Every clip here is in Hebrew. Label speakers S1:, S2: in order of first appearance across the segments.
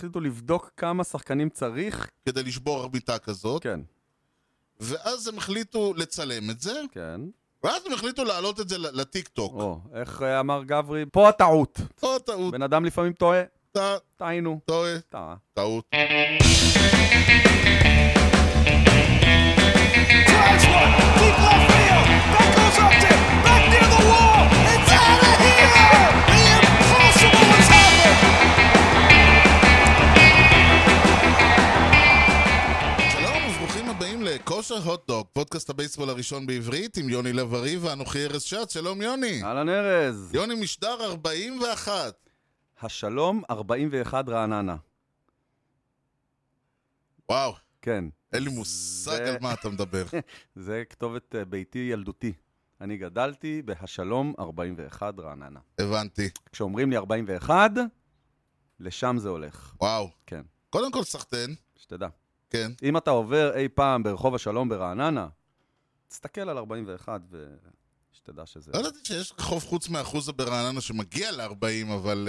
S1: החליטו לבדוק כמה שחקנים צריך,
S2: כדי לשבור ארביטה כזאת,
S1: כן,
S2: ואז הם החליטו לצלם את זה,
S1: כן.
S2: ואז הם החליטו להעלות את זה ל- לטיקטוק.
S1: או, איך אה, אמר גברי? פה הטעות.
S2: או טעות,
S1: בן אדם לפעמים טועה,
S2: טע-
S1: טעינו.
S2: טועה,
S1: טעה.
S2: טעות.
S3: drives one, deep left field. That goes up to back near the wall. It's out of here. The impossible has happened.
S2: שלום וברוכים הבאים לכושר הוטדוג, פודקאסט הבייסבול הראשון בעברית עם יוני לב-ארי ואנוכי ארז שץ, שלום יוני.
S1: אהלן ארז.
S2: יוני משדר 41.
S1: השלום 41 רעננה.
S2: וואו,
S1: כן,
S2: אין לי מושג
S1: זה-
S2: על מה אתה מדבר.
S1: זה כתובת אה, ביתי ילדותי. אני גדלתי בהשלום 41 רעננה.
S2: הבנתי,
S1: כשאומרים לי 41, לשם זה הולך.
S2: וואו.
S1: כן,
S2: קודם כל סחטיין,
S1: שתדע.
S2: כן.
S1: אם אתה עובר אי פעם ברחוב השלום ברעננה, תסתכל על 41 ושתדע שזה...
S2: לא ידעתי שיש רחוב חוץ מאחוזה ברעננה שמגיע ל-40, אבל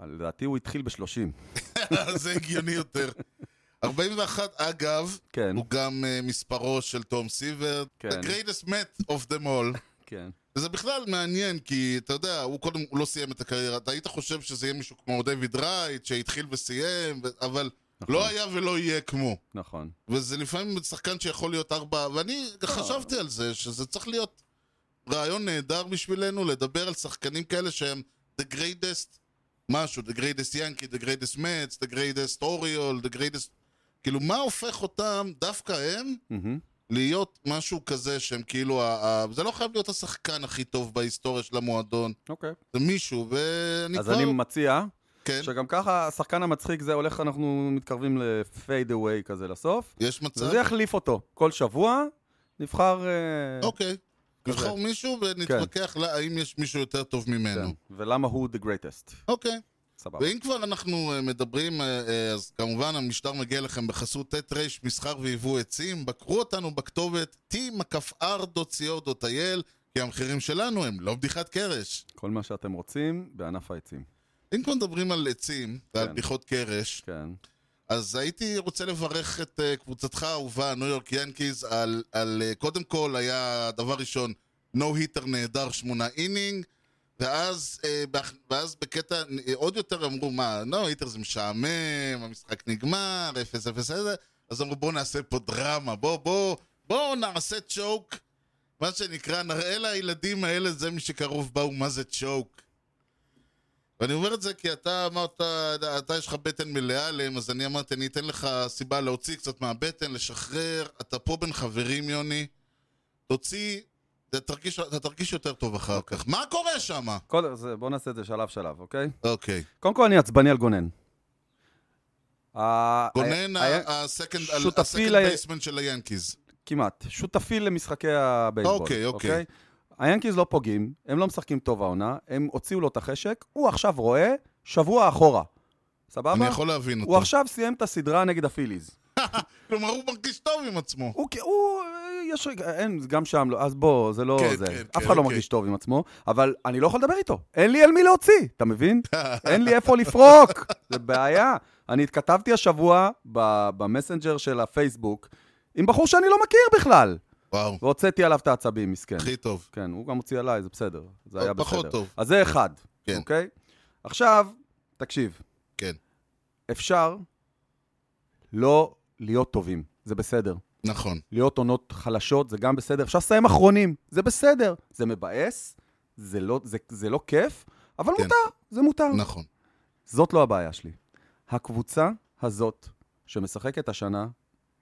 S2: אה,
S1: לדעתי הוא התחיל ב-30.
S2: זה הגיוני יותר. 41, אגב,
S1: כן,
S2: הוא גם אה, מספרו של תום סיבר,
S1: כן.
S2: The greatest מת of them all.
S1: כן.
S2: וזה בכלל מעניין, כי אתה יודע, הוא קודם, הוא לא סיים את הקריירה. אתה היית חושב שזה יהיה מישהו כמו דיוויד רייט, שהתחיל וסיים, ו- אבל
S1: נכון,
S2: לא היה ולא יהיה כמו.
S1: נכון.
S2: וזה לפעמים שחקן שיכול להיות ארבע, ואני
S1: אה.
S2: חשבתי על זה, שזה צריך להיות רעיון נהדר בשבילנו לדבר על שחקנים כאלה שהם the greatest משהו, the greatest yankee, the greatest mets, the greatest oriole, the greatest... כאילו, מה הופך אותם, דווקא הם,
S1: מהמם.
S2: להיות משהו כזה שהם כאילו... ה- ה- זה לא חייב להיות השחקן הכי טוב בהיסטוריה של המועדון,
S1: אוקיי.
S2: זה מישהו, ואני
S1: אז
S2: כבר...
S1: אני מציע
S2: כן,
S1: שגם ככה השחקן המצחיק זה הולך, אנחנו מתקרבים לפייד אווי כזה לסוף.
S2: יש מצב?
S1: וזה יחליף אותו. כל שבוע נבחר... אה,
S2: אוקיי.
S1: כזה.
S2: נבחר מישהו ונתווכח לה- האם יש מישהו יותר טוב ממנו.
S1: כן. ולמה הוא the greatest.
S2: אוקיי.
S1: סבבה.
S2: ואם כבר אנחנו אה, מדברים, אה, אה, אז כמובן המשדר מגיע לכם בחסות ט' ר' מסחר ויבוא עצים. בקרו אותנו בכתובת t.r.co.il, כי המחירים שלנו הם לא בדיחת קרש.
S1: כל מה שאתם רוצים בענף העצים.
S2: אם כבר מדברים על עצים ועל
S1: כן.
S2: בדיחות קרש,
S1: כן.
S2: אז הייתי רוצה לברך את אה, קבוצתך האהובה, ניו יורק ינקיז, על, על אה, קודם כל היה, דבר ראשון, נו היטר נהדר שמונה אינינג, ואז, אה, באח- ואז בקטע אה, עוד יותר אמרו, מה, נו היטר זה משעמם, המשחק נגמר, אפס אפס אפס, אז אמרו בואו נעשה פה דרמה, בואו בואו בואו נעשה צ'וק, מה שנקרא, נראה לילדים האלה, זה מי שקרוב באו, מה זה צ'וק. ואני אומר את זה כי אתה אמרת, אתה יש לך בטן מלאה עליהם, אז אני אמרתי, אני אתן לך סיבה להוציא קצת מהבטן, לשחרר. אתה פה בין חברים, יוני. תוציא, אתה תרגיש, אתה תרגיש יותר טוב אחר
S1: אוקיי.
S2: כך. מה קורה שם?
S1: כל זה, בואו נעשה את זה שלב שלב, אוקיי?
S2: אוקיי.
S1: קודם כל אני עצבני על גונן. אה, ה-
S2: גונן,
S1: ה- ה-
S2: הסקנד
S1: שותפי ל-
S2: בייסמן של היאנקיז.
S1: כמעט. שותפי למשחקי הבייסבול.
S2: אוקיי, אוקיי.
S1: היאנקיז לא פוגעים, הם לא משחקים טוב העונה, הם הוציאו לו את החשק, הוא עכשיו רואה שבוע אחורה. סבבה?
S2: אני יכול להבין
S1: הוא
S2: אותו.
S1: עכשיו סיים את הסדרה נגד הפיליז.
S2: כלומר, הוא מרגיש טוב עם עצמו.
S1: הוא, כ- הוא, יש רגע, אין, גם שם לא, אז בוא, זה לא
S2: כן,
S1: זה.
S2: כן,
S1: אף
S2: כן,
S1: אחד לא
S2: אוקיי.
S1: מרגיש טוב עם עצמו, אבל אני לא יכול לדבר איתו. אין לי אל מי להוציא, אתה מבין? אין לי איפה לפרוק, זה בעיה. אני התכתבתי השבוע ב- במסנג'ר של הפייסבוק עם בחור שאני לא מכיר בכלל,
S2: וואו,
S1: והוצאתי עליו את העצבים, מסכן.
S2: הכי טוב.
S1: כן, הוא גם הוציא עליי, זה בסדר. זה
S2: טוב,
S1: היה בסדר.
S2: פחות טוב.
S1: אז זה אחד,
S2: כן.
S1: אוקיי? עכשיו, תקשיב.
S2: כן.
S1: אפשר לא להיות טובים, זה בסדר.
S2: נכון.
S1: להיות עונות חלשות, זה גם בסדר. אפשר לסיים אחרונים, זה בסדר. זה מבאס, זה לא, זה, זה לא כיף, אבל
S2: כן.
S1: מותר, זה מותר.
S2: נכון.
S1: זאת לא הבעיה שלי. הקבוצה הזאת, שמשחקת השנה,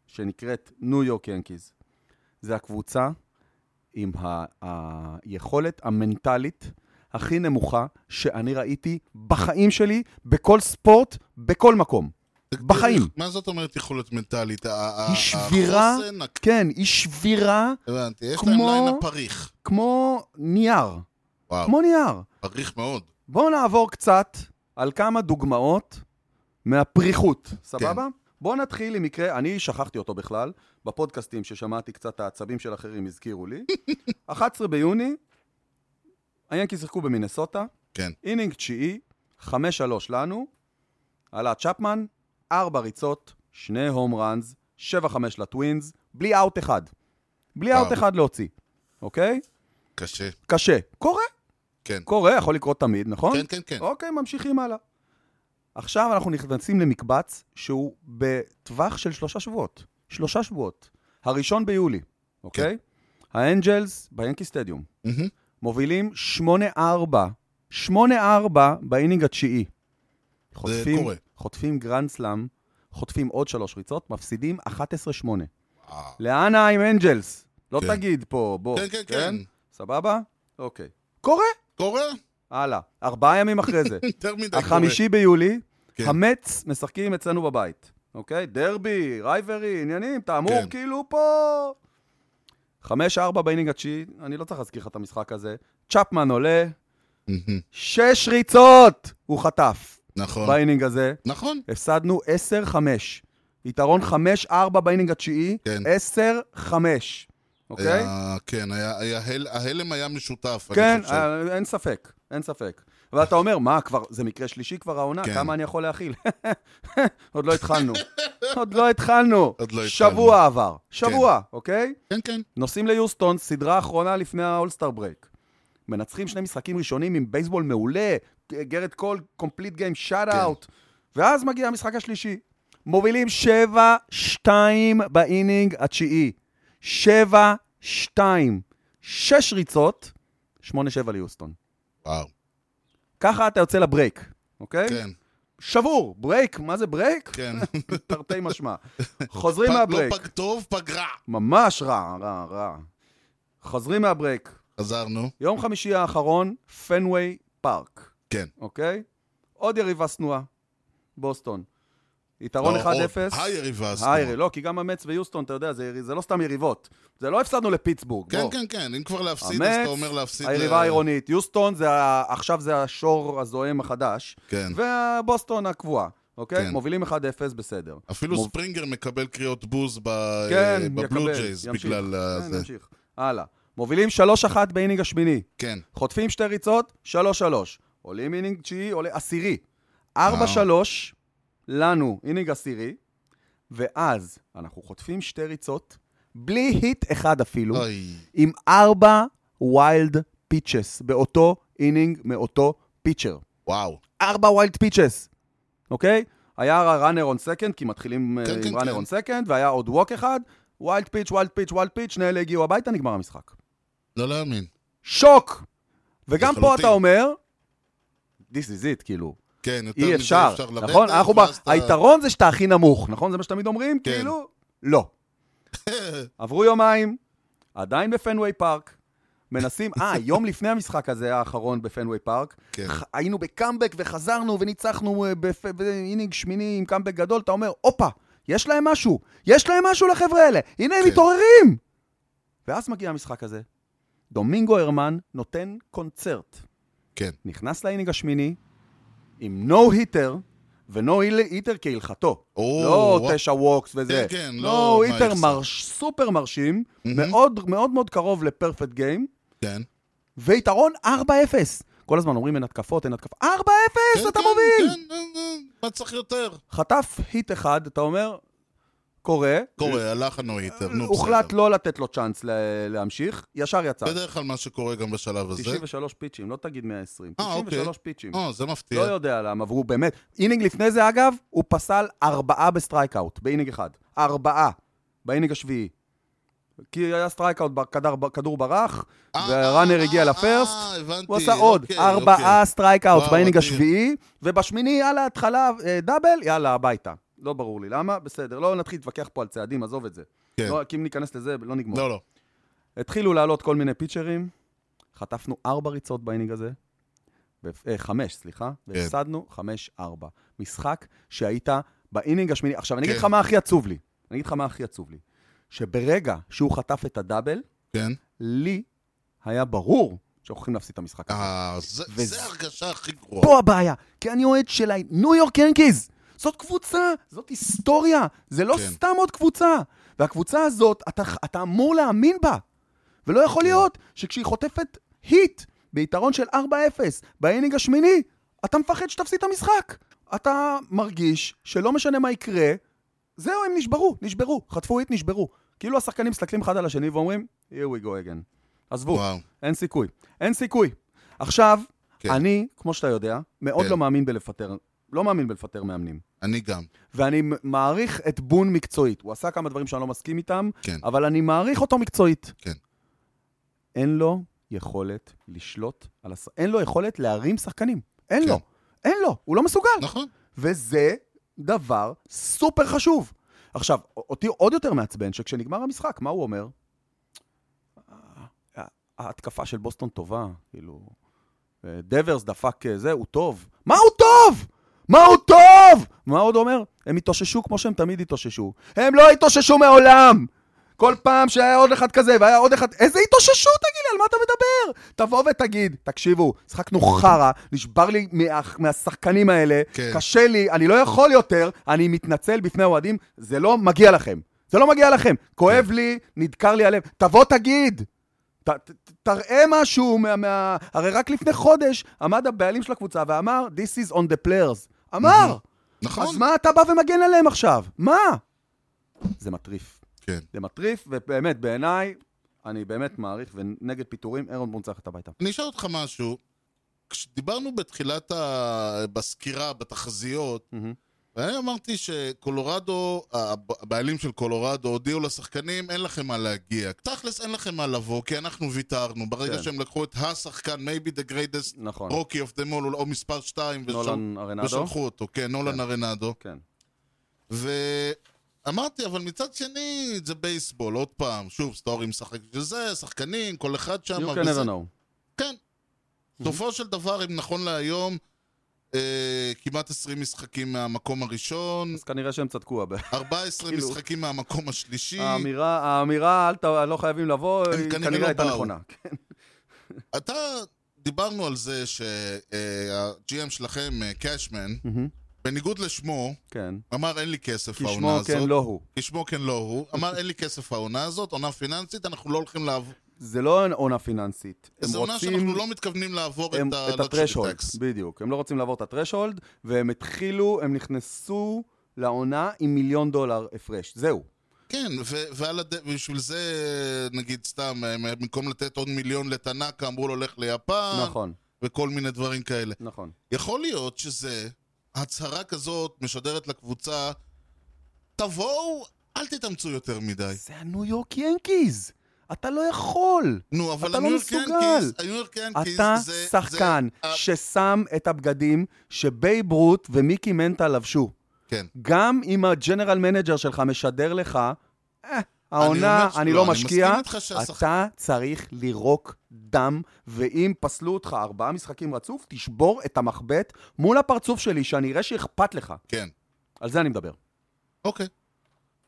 S1: שנקראת ניו יורק ינקיז, זה הקבוצה עם ה- היכולת המנטלית הכי נמוכה שאני ראיתי בחיים שלי, בכל ספורט, בכל מקום. בחיים.
S2: מה זאת אומרת יכולת מנטלית? ה- ה-
S1: היא שבירה.
S2: החוסן, הכ-
S1: כן, היא שבירה
S2: הבנתי, יש להם
S1: כמו-
S2: ליין הפריך.
S1: כמו נייר.
S2: וואו,
S1: כמו נייר.
S2: פריך מאוד.
S1: בואו נעבור קצת על כמה דוגמאות מהפריחות, סבבה? כן. בואו נתחיל עם מקרה, אני שכחתי אותו בכלל, בפודקאסטים ששמעתי קצת העצבים של אחרים הזכירו לי. 11 ביוני, היאנקיז שיחקו במינסוטה.
S2: כן.
S1: אינינג תשיעי, 5-3 לנו, עלה צ'פמן, ארבע ריצות, שני הום ראנס, שבע חמש לטווינס, בלי אאוט אחד. בלי אאוט
S2: וואו.
S1: אחד להוציא, אוקיי?
S2: קשה,
S1: קשה. קורה,
S2: כן.
S1: קורה, יכול לקרות תמיד, נכון?
S2: כן, כן, כן.
S1: אוקיי, ממשיכים הלאה. עכשיו אנחנו נכנסים למקבץ שהוא בטווח של שלושה שבועות. שלושה שבועות. הראשון ביולי, אוקיי?
S2: כן.
S1: האנג'לס ביאנקי סטדיום.
S2: מהמם.
S1: מובילים 8-4, 8-4 באינינג התשיעי. חוטפים,
S2: קורה.
S1: חוטפים גרנד סלאם, חוטפים עוד שלוש ריצות, מפסידים 11-8.
S2: אה.
S1: לאן עם אנג'לס? לא
S2: כן.
S1: תגיד פה, בוא.
S2: כן, כן, כן.
S1: סבבה? אוקיי. קורה.
S2: קורה?
S1: הלאה. ארבעה ימים אחרי זה.
S2: יותר מדי קורה.
S1: החמישי ביולי,
S2: כן.
S1: המץ משחקים אצלנו בבית, אוקיי? דרבי, רייברי, עניינים, אתה אמור
S2: כן.
S1: כאילו פה... חמש, ארבע באינינג התשיעי, אני לא צריך להזכיר לך את המשחק הזה. צ'פמן עולה,
S2: מהמם.
S1: שש ריצות הוא חטף
S2: נכון.
S1: באינינג הזה.
S2: נכון.
S1: הפסדנו 10-5. יתרון 5-4 באינינג התשיעי,
S2: כן.
S1: 10-5, אוקיי?
S2: היה- כן, היה- היה הל- ההלם היה משותף. אני
S1: כן,
S2: חושב.
S1: אה, אין ספק, אין ספק. ואתה אומר, מה, כבר, זה מקרה שלישי כבר העונה,
S2: כן.
S1: כמה אני יכול להכיל? עוד לא התחלנו. עוד לא התחלנו.
S2: עוד לא התחלנו.
S1: שבוע עבר. שבוע, אוקיי?
S2: כן, כן.
S1: נוסעים ליוסטון, סדרה אחרונה לפני האולסטאר ברייק. מנצחים שני משחקים ראשונים עם בייסבול מעולה, גרד קול, קומפליט גיים,
S2: כן.
S1: שאט אאוט. ואז מגיע המשחק השלישי. מובילים 7-2 באינינג התשיעי. 7-2. שש ריצות, 8-7 ליוסטון.
S2: וואו.
S1: ככה אתה יוצא לברייק, אוקיי?
S2: כן,
S1: שבור, ברייק, מה זה ברייק?
S2: כן.
S1: תרתי משמע. חוזרים
S2: פג-
S1: מהברייק.
S2: לא פג טוב, פג רע.
S1: ממש רע, רע, רע. חוזרים מהברייק.
S2: חזרנו.
S1: יום חמישי האחרון, פנוויי פארק,
S2: כן.
S1: אוקיי? עוד יריבה שנואה, בוסטון. יתרון
S2: או-
S1: 1-0.
S2: או- לא, היריבה עשתה.
S1: היי, לא, כי גם המץ ויוסטון, אתה יודע, זה, זה לא סתם יריבות. זה לא הפסדנו לפיטסבורג.
S2: כן,
S1: בוא.
S2: כן, כן. אם כבר להפסיד, אז אתה אומר
S1: המץ,
S2: להפסיד... אה,
S1: היריבה
S2: ל-
S1: העירונית. יוסטון, זה, ה- עכשיו זה השור הזוהם החדש.
S2: כן.
S1: ובוסטון הקבועה, אוקיי?
S2: כן. אה,
S1: מובילים 1-0, בסדר.
S2: אפילו
S1: מוב-
S2: ספרינגר מקבל קריאות בוז ב- אה,
S1: כן,
S2: בבלו
S1: יקבל,
S2: ג'ייז
S1: ימשיך.
S2: בגלל ה-
S1: כן,
S2: זה.
S1: נמשיך. הלאה. מובילים 3-1 באינינג השמיני.
S2: כן,
S1: חוטפים שתי ריצות, 3-3. עולים אינינג תשיעי, עולה עשירי. 4-3, לנו אינינג עשירי, ואז אנחנו חוטפים שתי ריצות, בלי היט אחד אפילו,
S2: אוי,
S1: עם ארבע ויילד פיצ'ס, באותו אינינג מאותו פיצ'ר.
S2: וואו,
S1: ארבע ויילד פיצ'ס, אוקיי? היה ראנר און סקנד, כי מתחילים אה,
S2: כן, כן,
S1: עם ראנר
S2: כן.
S1: און סקנד, והיה עוד ווק אחד, ויילד פיץ', ויילד פיץ', ויילד פיץ', שני אלה הגיעו הביתה, נגמר המשחק.
S2: לא להאמין,
S1: שוק! וגם פה
S2: לחלוטין.
S1: אתה אומר, this is it, כאילו,
S2: כן, יותר מזה
S1: אי אפשר,
S2: לרדת,
S1: נכון? אנחנו ב...
S2: ואז אתה-
S1: היתרון זה שאתה הכי נמוך, נכון? זה מה שתמיד אומרים?
S2: כן.
S1: כאילו, לא. עברו יומיים, עדיין בפנוויי פארק, מנסים, אה, יום לפני המשחק הזה האחרון בפנוויי פארק,
S2: כן.
S1: ח- היינו בקאמבק וחזרנו וניצחנו אה, בפ- באינינג שמיני עם קאמבק גדול, אתה אומר, הופה, יש להם משהו, יש להם משהו לחבר'ה האלה, הנה הם
S2: כן.
S1: מתעוררים! ואז מגיע המשחק הזה, דומינגו הרמן נותן קונצרט.
S2: כן,
S1: נכנס לאינינג השמיני עם נו היטר, ונו היטר כהלכתו.
S2: או,
S1: לא
S2: וואו.
S1: תשע ווקס וזה.
S2: כן, כן,
S1: נו
S2: לא מה
S1: היטר
S2: יחסר.
S1: מרש- סופר מרשים,
S2: מהמם.
S1: מאוד מאוד מאוד קרוב לפרפקט גיים,
S2: כן.
S1: ויתרון 4-0. כל הזמן אומרים אין התקפות, אין התקפות. 4-0,
S2: כן,
S1: אתה
S2: כן,
S1: מוביל!
S2: כן, כן, כן, מה צריך יותר?
S1: חטף היט אחד, אתה אומר, קורה.
S2: קורה, הלך הנויטר, נו,
S1: הוחלט
S2: בסדר.
S1: לא לתת לו צ'אנס ל- להמשיך, ישר יצא.
S2: בדרך כלל מה שקורה גם בשלב הזה.
S1: 93 פיצ'ים, לא תגיד 120.
S2: אה, אוקיי.
S1: 93 פיצ'ים.
S2: או, זה
S1: לא
S2: מפתיע.
S1: יודע למה, והוא באמת... אינינג לפני זה, אגב, הוא פסל ארבעה בסטרייקאוט, באינינג אחד. ארבעה, באינינג השביעי. כי היה סטרייקאוט, ב- כדור, כדור ברח,
S2: אה,
S1: והראנר
S2: אה,
S1: הגיע
S2: אה,
S1: לפרסט,
S2: אה, הבנתי,
S1: הוא עשה עוד
S2: אוקיי,
S1: ארבעה סטרייקאוט
S2: וואו,
S1: באינינג
S2: אדיר.
S1: השביעי, ובשמיני, יאללה, התחלה, אה, דאבל, יאללה, הביתה. לא ברור לי למה, בסדר, לא נתחיל להתווכח פה על צעדים, עזוב את זה.
S2: כן.
S1: לא, כי אם ניכנס לזה, לא נגמור.
S2: אוקיי. לא, לא.
S1: התחילו לעלות כל מיני פיצ'רים, חטפנו ארבע ריצות באינינג הזה, ו- אה, חמש, סליחה,
S2: כן.
S1: והפסדנו חמש-ארבע. משחק שהיית באינינג השמיני. עכשיו, אני אגיד
S2: כן.
S1: לך מה הכי עצוב לי. אני אגיד לך מה הכי עצוב לי. שברגע שהוא חטף את הדאבל,
S2: כן.
S1: לי היה ברור שאנחנו הולכים להפסיד את המשחק הזה.
S2: אה, זה
S1: וזה-
S2: זה ההרגשה הכי גרועה.
S1: פה הבעיה, כי אני אוהד של הניו יורק ינקיז. זאת קבוצה, זאת היסטוריה, זה לא
S2: כן.
S1: סתם עוד קבוצה. והקבוצה הזאת, אתה, אתה אמור להאמין בה. ולא יכול להיות שכשהיא חוטפת היט ביתרון של 4-0 באינינג השמיני, אתה מפחד שתפסיד את המשחק. אתה מרגיש שלא משנה מה יקרה, זהו, הם נשברו, נשברו, חטפו איט, נשברו. כאילו השחקנים מסתכלים אחד על השני ואומרים, here we go again. עזבו,
S2: וואו.
S1: אין סיכוי. אין סיכוי. עכשיו,
S2: כן.
S1: אני, כמו שאתה יודע, מאוד
S2: כן.
S1: לא מאמין בלפטר, לא מאמין בלפטר מאמנים.
S2: אני גם.
S1: ואני מ- מעריך את בון מקצועית. הוא עשה כמה דברים שאני לא מסכים איתם,
S2: כן.
S1: אבל אני מעריך אותו מקצועית.
S2: כן.
S1: אין לו יכולת לשלוט על הס... אין לו יכולת להרים שחקנים. אין
S2: כן.
S1: לו. אין לו. הוא לא מסוגל.
S2: נכון.
S1: וזה דבר סופר חשוב. עכשיו, א- אותי עוד יותר מעצבן שכשנגמר המשחק, מה הוא אומר? "אה, ההתקפה של בוסטון טובה, כאילו... אה, דברס דפק אה, זה, הוא טוב. מה הוא טוב? מה הוא טוב? מה עוד אומר? הם התאוששו כמו שהם תמיד התאוששו. הם לא התאוששו מעולם! כל פעם שהיה עוד אחד כזה והיה עוד אחד... איזה התאוששות, תגיד לי, על מה אתה מדבר? תבוא ותגיד, תקשיבו, שחקנו חרא, נשבר לי מה, מהשחקנים האלה,
S2: כן.
S1: קשה לי, אני לא יכול יותר, אני מתנצל בפני האוהדים, זה לא מגיע לכם. זה לא מגיע לכם. כואב לי, נדקר לי הלב. תבוא תגיד! ת, ת, תראה משהו מה, מה... הרי רק לפני חודש עמד הבעלים של הקבוצה ואמר, This is on the players. אמר!
S2: נכון.
S1: אז מה אתה בא ומגן עליהם עכשיו? מה? זה מטריף.
S2: כן.
S1: זה מטריף, ובאמת, בעיניי, אני באמת מעריך, ונגד פיטורים, אירון בון צריך ללכת הביתה.
S2: אני אשאל אותך משהו. כשדיברנו בתחילת ה... בסקירה, בתחזיות,
S1: מהמם.
S2: ואני אמרתי שקולורדו, הב- הבעלים של קולורדו הודיעו לשחקנים, אין לכם מה להגיע. תכלס, אין לכם מה לבוא, כי אנחנו ויתרנו. ברגע
S1: כן.
S2: שהם לקחו את השחקן, maybe the greatest
S1: נכון.
S2: רוקי אוף דם אול, או מספר 2,
S1: נולן ארנדו?
S2: ושלחו אותו, כן, נולן
S1: כן.
S2: ארנדו.
S1: כן.
S2: ואמרתי, אבל מצד שני, זה בייסבול, עוד פעם, שוב, סטורי משחק שזה, שחקנים, כל אחד שם.
S1: You can
S2: וזה-
S1: never know.
S2: כן. סופו של דבר, אם נכון להיום, אה, כמעט 20 משחקים מהמקום הראשון,
S1: אז כנראה שהם צדקו. הב-
S2: 14
S1: כאילו- אה,
S2: משחקים מהמקום השלישי.
S1: האמירה, האמירה, אל ת... לא חייבים לבוא,
S2: הם
S1: היא
S2: כנראה
S1: כנראה
S2: לא
S1: הייתה
S2: באו.
S1: נכונה. כן.
S2: אתה, דיברנו על זה שה-GM שלכם, אה, קאשמן,
S1: מהמם.
S2: בניגוד לשמו,
S1: כן.
S2: אמר אין לי כסף
S1: כי
S2: העונה
S1: שמו
S2: הזאת.
S1: כן, לא הוא.
S2: כשמו כן לא הוא. אמר אין לי כסף העונה הזאת, עונה פיננסית, אנחנו לא הולכים לעבור.
S1: זה לא עונה פיננסית. הם
S2: זו עונה
S1: רוצים-
S2: שאנחנו לא מתכוונים לעבור
S1: הם,
S2: את ה- לא
S1: את
S2: luxury
S1: הטרשהולד,
S2: tax.
S1: בדיוק. הם לא רוצים לעבור את הטרשהולד, והם התחילו, הם נכנסו לעונה עם מיליון דולר הפרש. זהו.
S2: כן, ו- ועל הד... ובשביל זה, נגיד סתם, הם- במקום לתת עוד מיליון לתנאקה, אמרו לו לך ליפן,
S1: נכון,
S2: וכל מיני דברים כאלה.
S1: נכון.
S2: יכול להיות שזה, הצהרה כזאת משדרת לקבוצה, תבואו, אל תתאמצו יותר מדי.
S1: זה הניו יורק ינקיז! אתה לא יכול!
S2: נו, אבל
S1: אתה לא
S2: הניו יורק
S1: מסוגל.
S2: ינקיז, הניו יורק ינקיז
S1: אתה
S2: זה...
S1: שחקן
S2: זה- אה,
S1: ששם את הבגדים שבייב רות ומיקי מנטה לבשו.
S2: כן.
S1: גם אם הג'נרל מנג'ר שלך משדר לך, "אה,
S2: אומר
S1: העונה,
S2: שלא,
S1: אני לא
S2: אני
S1: משקיע,
S2: מסכים איתך שהשחק-
S1: אתה צריך לירוק דם, ואם פסלו אותך ארבעה משחקים רצוף, תשבור את המחבט מול הפרצוף שלי, שאני אראה שאכפת לך.
S2: כן,
S1: על זה אני מדבר.
S2: אוקיי.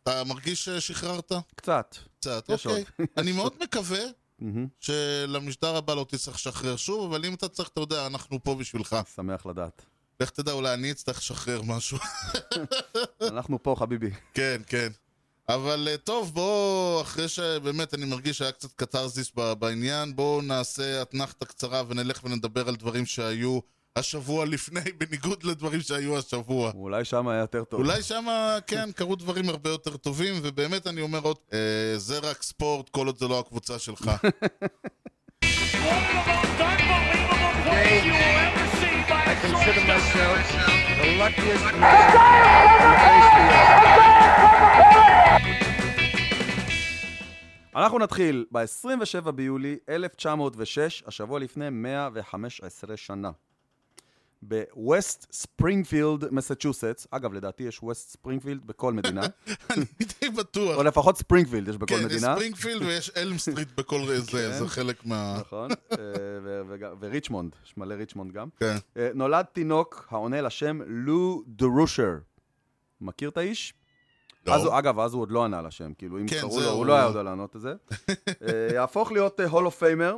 S2: אתה מרגיש ששחררת?
S1: קצת.
S2: קצת,
S1: יש
S2: אוקיי. אני מאוד מקווה
S1: מהמם.
S2: שלמשדר הבא לא תצטרך לשחרר שוב, אבל אם אתה צריך, אתה יודע, אנחנו פה בשבילך.
S1: שמח לדעת.
S2: לך תדע, אולי אני אצטרך לשחרר משהו.
S1: אנחנו פה, חביבי.
S2: כן, כן. אבל אה, טוב, בואו, אחרי שבאמת אני מרגיש שהיה קצת קתרזיס ב- בעניין, בואו נעשה אתנחתה קצרה ונלך ונדבר על דברים שהיו השבוע לפני, בניגוד לדברים שהיו השבוע.
S1: אולי שם היה יותר טוב.
S2: אולי שמה, כן, קרו דברים הרבה יותר טובים, ובאמת אני אומר עוד, אה, זה רק ספורט, כל עוד זה לא הקבוצה שלך.
S4: One of the most unbelievable plays you will ever see by a
S5: consider
S4: shortstop.
S5: myself the luckiest man.
S1: אנחנו נתחיל ב-27 ביולי 1906, השבוע לפני 115 שנה. בווסט ספרינגפילד, מסצ'וסטס, אגב, לדעתי יש ווסט ספרינגפילד בכל מדינה,
S2: אני די בטוח.
S1: או לפחות ספרינגפילד יש בכל
S2: כן, יש
S1: מדינה.
S2: ספרינגפילד ויש אלם סטריט בכל
S1: כן.
S2: זה, זה חלק מה...
S1: נכון, אה, ו- וג- וריצ'מונד, יש מלא ריצ'מונד גם.
S2: כן.
S1: אה, נולד תינוק העונה לשם לו דרושר. מכיר את האיש?
S2: לא.
S1: אז, הוא- אגב, אז הוא עוד לא ענה לשם, כאילו, אם
S2: כן,
S1: קראו
S2: זהו,
S1: לו, הוא
S2: הוא
S1: לא היה
S2: לא.
S1: עוד לענות את זה. אה, יהפוך להיות הול אוף פיימר,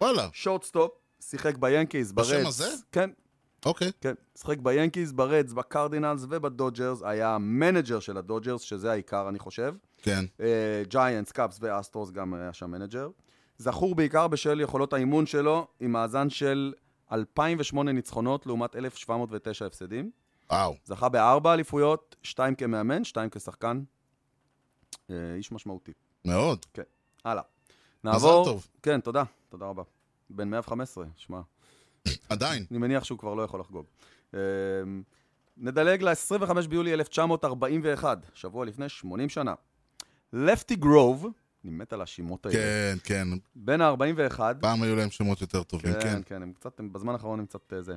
S2: וואלה,
S1: שורטסטופ, שיחק ביאנקיז, ברדס.
S2: בשם הזה?
S1: כן,
S2: אוקיי.
S1: כן. שיחק ביאנקיז, ברדס, בקרדינלס ובדודג'רס. היה המנג'ר של הדודג'רס, שזה העיקר, אני חושב.
S2: כן.
S1: ג'יינטס, קאפס ואסטרוס גם היה שם מנג'ר. זכור בעיקר בשל יכולות האימון שלו, עם מאזן של 2,008 ניצחונות לעומת 1,709 הפסדים.
S2: וואו.
S1: זכה בארבע אליפויות, שתיים כמאמן, שתיים כשחקן. אה, איש משמעותי.
S2: מאוד.
S1: הלאה.
S2: טוב.
S1: כן, תודה. תודה רבה. בן 115, שמע.
S2: עדיין.
S1: אני מניח שהוא כבר לא יכול לחגוג. אה, נדלג ל-25 ביולי 1941, שבוע לפני 80 שנה. לפטי גרוב, אני מת על השמות האלה.
S2: כן, כן.
S1: בן ה-41,
S2: פעם היו להם שמות יותר טובים, כן.
S1: כן, כן, הם קצת, הם בזמן האחרון הם קצת אה, זה.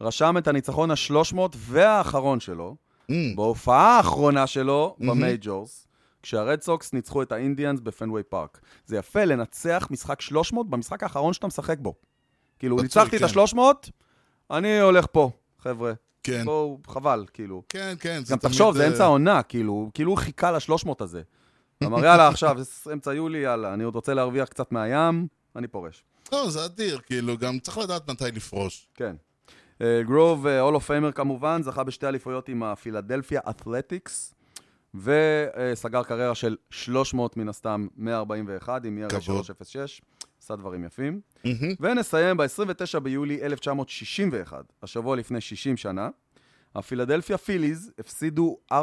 S1: רשם את הניצחון ה-300 והאחרון שלו,
S2: Mm,
S1: בהופעה האחרונה שלו
S2: מהמם.
S1: במייג'ורס, כשהרד סוקס ניצחו את האינדיאנס בפנוויי פארק. זה יפה לנצח משחק 300 במשחק האחרון שאתה משחק בו. כאילו,
S2: רצוי,
S1: ניצחתי את
S2: כן.
S1: ה-300, אני הולך פה, חבר'ה.
S2: כן.
S1: בואו, חבל, כאילו.
S2: כן, כן. זה
S1: גם
S2: תמיד,
S1: תחשוב, זה
S2: אה,
S1: אמצע העונה, כאילו, כאילו הוא חיכה ל-300 הזה. אמר, יאללה, עכשיו, זה אמצע יולי, יאללה, אני עוד רוצה להרוויח קצת מהים, אני פורש.
S2: לא, זה אדיר, כאילו, גם צריך לדעת מתי לפרוש.
S1: כן. אה, גרוב, הול אוף פיימר כמובן, זכה בשתי אליפויות עם הפילדלפיה אתלטיקס, וסגר קריירה של 300 מן הסתם, 141 עם ERA
S2: כבוד.
S1: 306, עשה דברים יפים.
S2: מהמם.
S1: ונסיים ב-29 ביולי 1961, השבוע לפני 60 שנה. הפילדלפיה פיליז הפסידו 4-3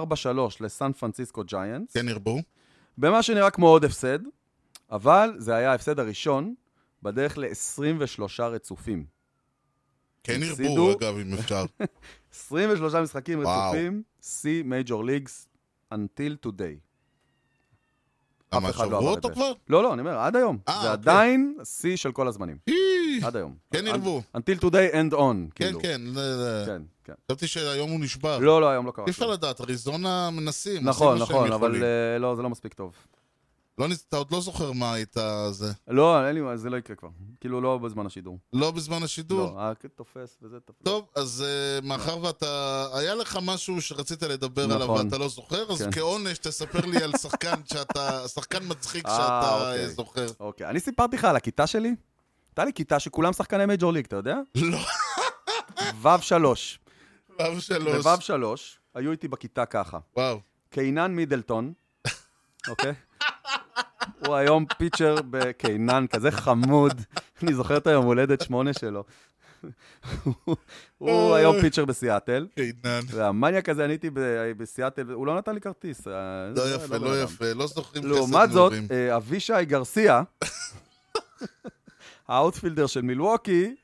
S1: לסן פרנסיסקו ג'יינטס,
S2: כן ירבו.
S1: במה שנראה כמו עוד הפסד, אבל זה היה ההפסד הראשון בדרך ל-23 רצופים.
S2: כן ירבו,
S1: הפסידו.
S2: אגב, אם אפשר.
S1: 23 משחקים
S2: וואו.
S1: רצופים, שיא מייג'ור ליגס, until today. אף
S2: מה,
S1: אחד לא
S2: שברו
S1: עבר את
S2: אותו
S1: זה.
S2: כבר?
S1: לא, לא, אני אומר, עד היום.
S2: אה,
S1: זה
S2: אוקיי.
S1: עדיין שיא של כל הזמנים,
S2: אי,
S1: עד היום.
S2: כן
S1: Un-
S2: ירבו.
S1: until today and on,
S2: כן,
S1: כאילו.
S2: כן. זה- זה-
S1: כן, כן.
S2: חשבתי שהיום הוא נשבר.
S1: לא, לא, היום לא קרה.
S2: אי אפשר
S1: כלום.
S2: לדעת, אריזונה מנסים.
S1: נכון,
S2: עושים מה
S1: נכון,
S2: שהם
S1: אבל
S2: יכולים.
S1: אה, לא, זה לא מספיק טוב.
S2: לא נ- אתה עוד לא זוכר מה הייתה זה.
S1: לא, אין לי, זה לא יקרה כבר. כאילו, לא בזמן השידור.
S2: לא בזמן השידור.
S1: לא, הקטע תופס וזה תופס.
S2: טוב, אז אה, מאחר ואתה... היה לך משהו שרצית לדבר עליו
S1: נכון.
S2: ואתה לא זוכר, אז
S1: כן.
S2: כעונש תספר לי על שחקן שאתה... שחקן מצחיק
S1: אה,
S2: שאתה
S1: אוקיי.
S2: אה, זוכר.
S1: אוקיי, אני סיפרתי לך על הכיתה שלי? הייתה לי כיתה שכולם שחקני מייג'ור ליג, אתה יודע?
S2: לא,
S1: וו שלוש.
S2: וו אה. שלוש.
S1: בוו שלוש, היו איתי בכיתה ככה.
S2: וואו.
S1: קיינן מידלטון, אוקיי? הוא היום פיצ'ר בקיינן, כזה חמוד. אני זוכר את היום הולדת שמונה שלו. הוא- הוא היום פיצ'ר בסיאטל.
S2: עינן.
S1: והמניאק הזה, אני הייתי ב- בסיאטל, הוא לא נתן לי כרטיס. אה,
S2: לא
S1: זה
S2: יפה,
S1: בן
S2: לא
S1: אדם.
S2: יפה, לא זוכרים חסד
S1: לעומת זאת,
S2: נעורים.
S1: אה, אבישי גרסיה, האאוטפילדר של מילווקי,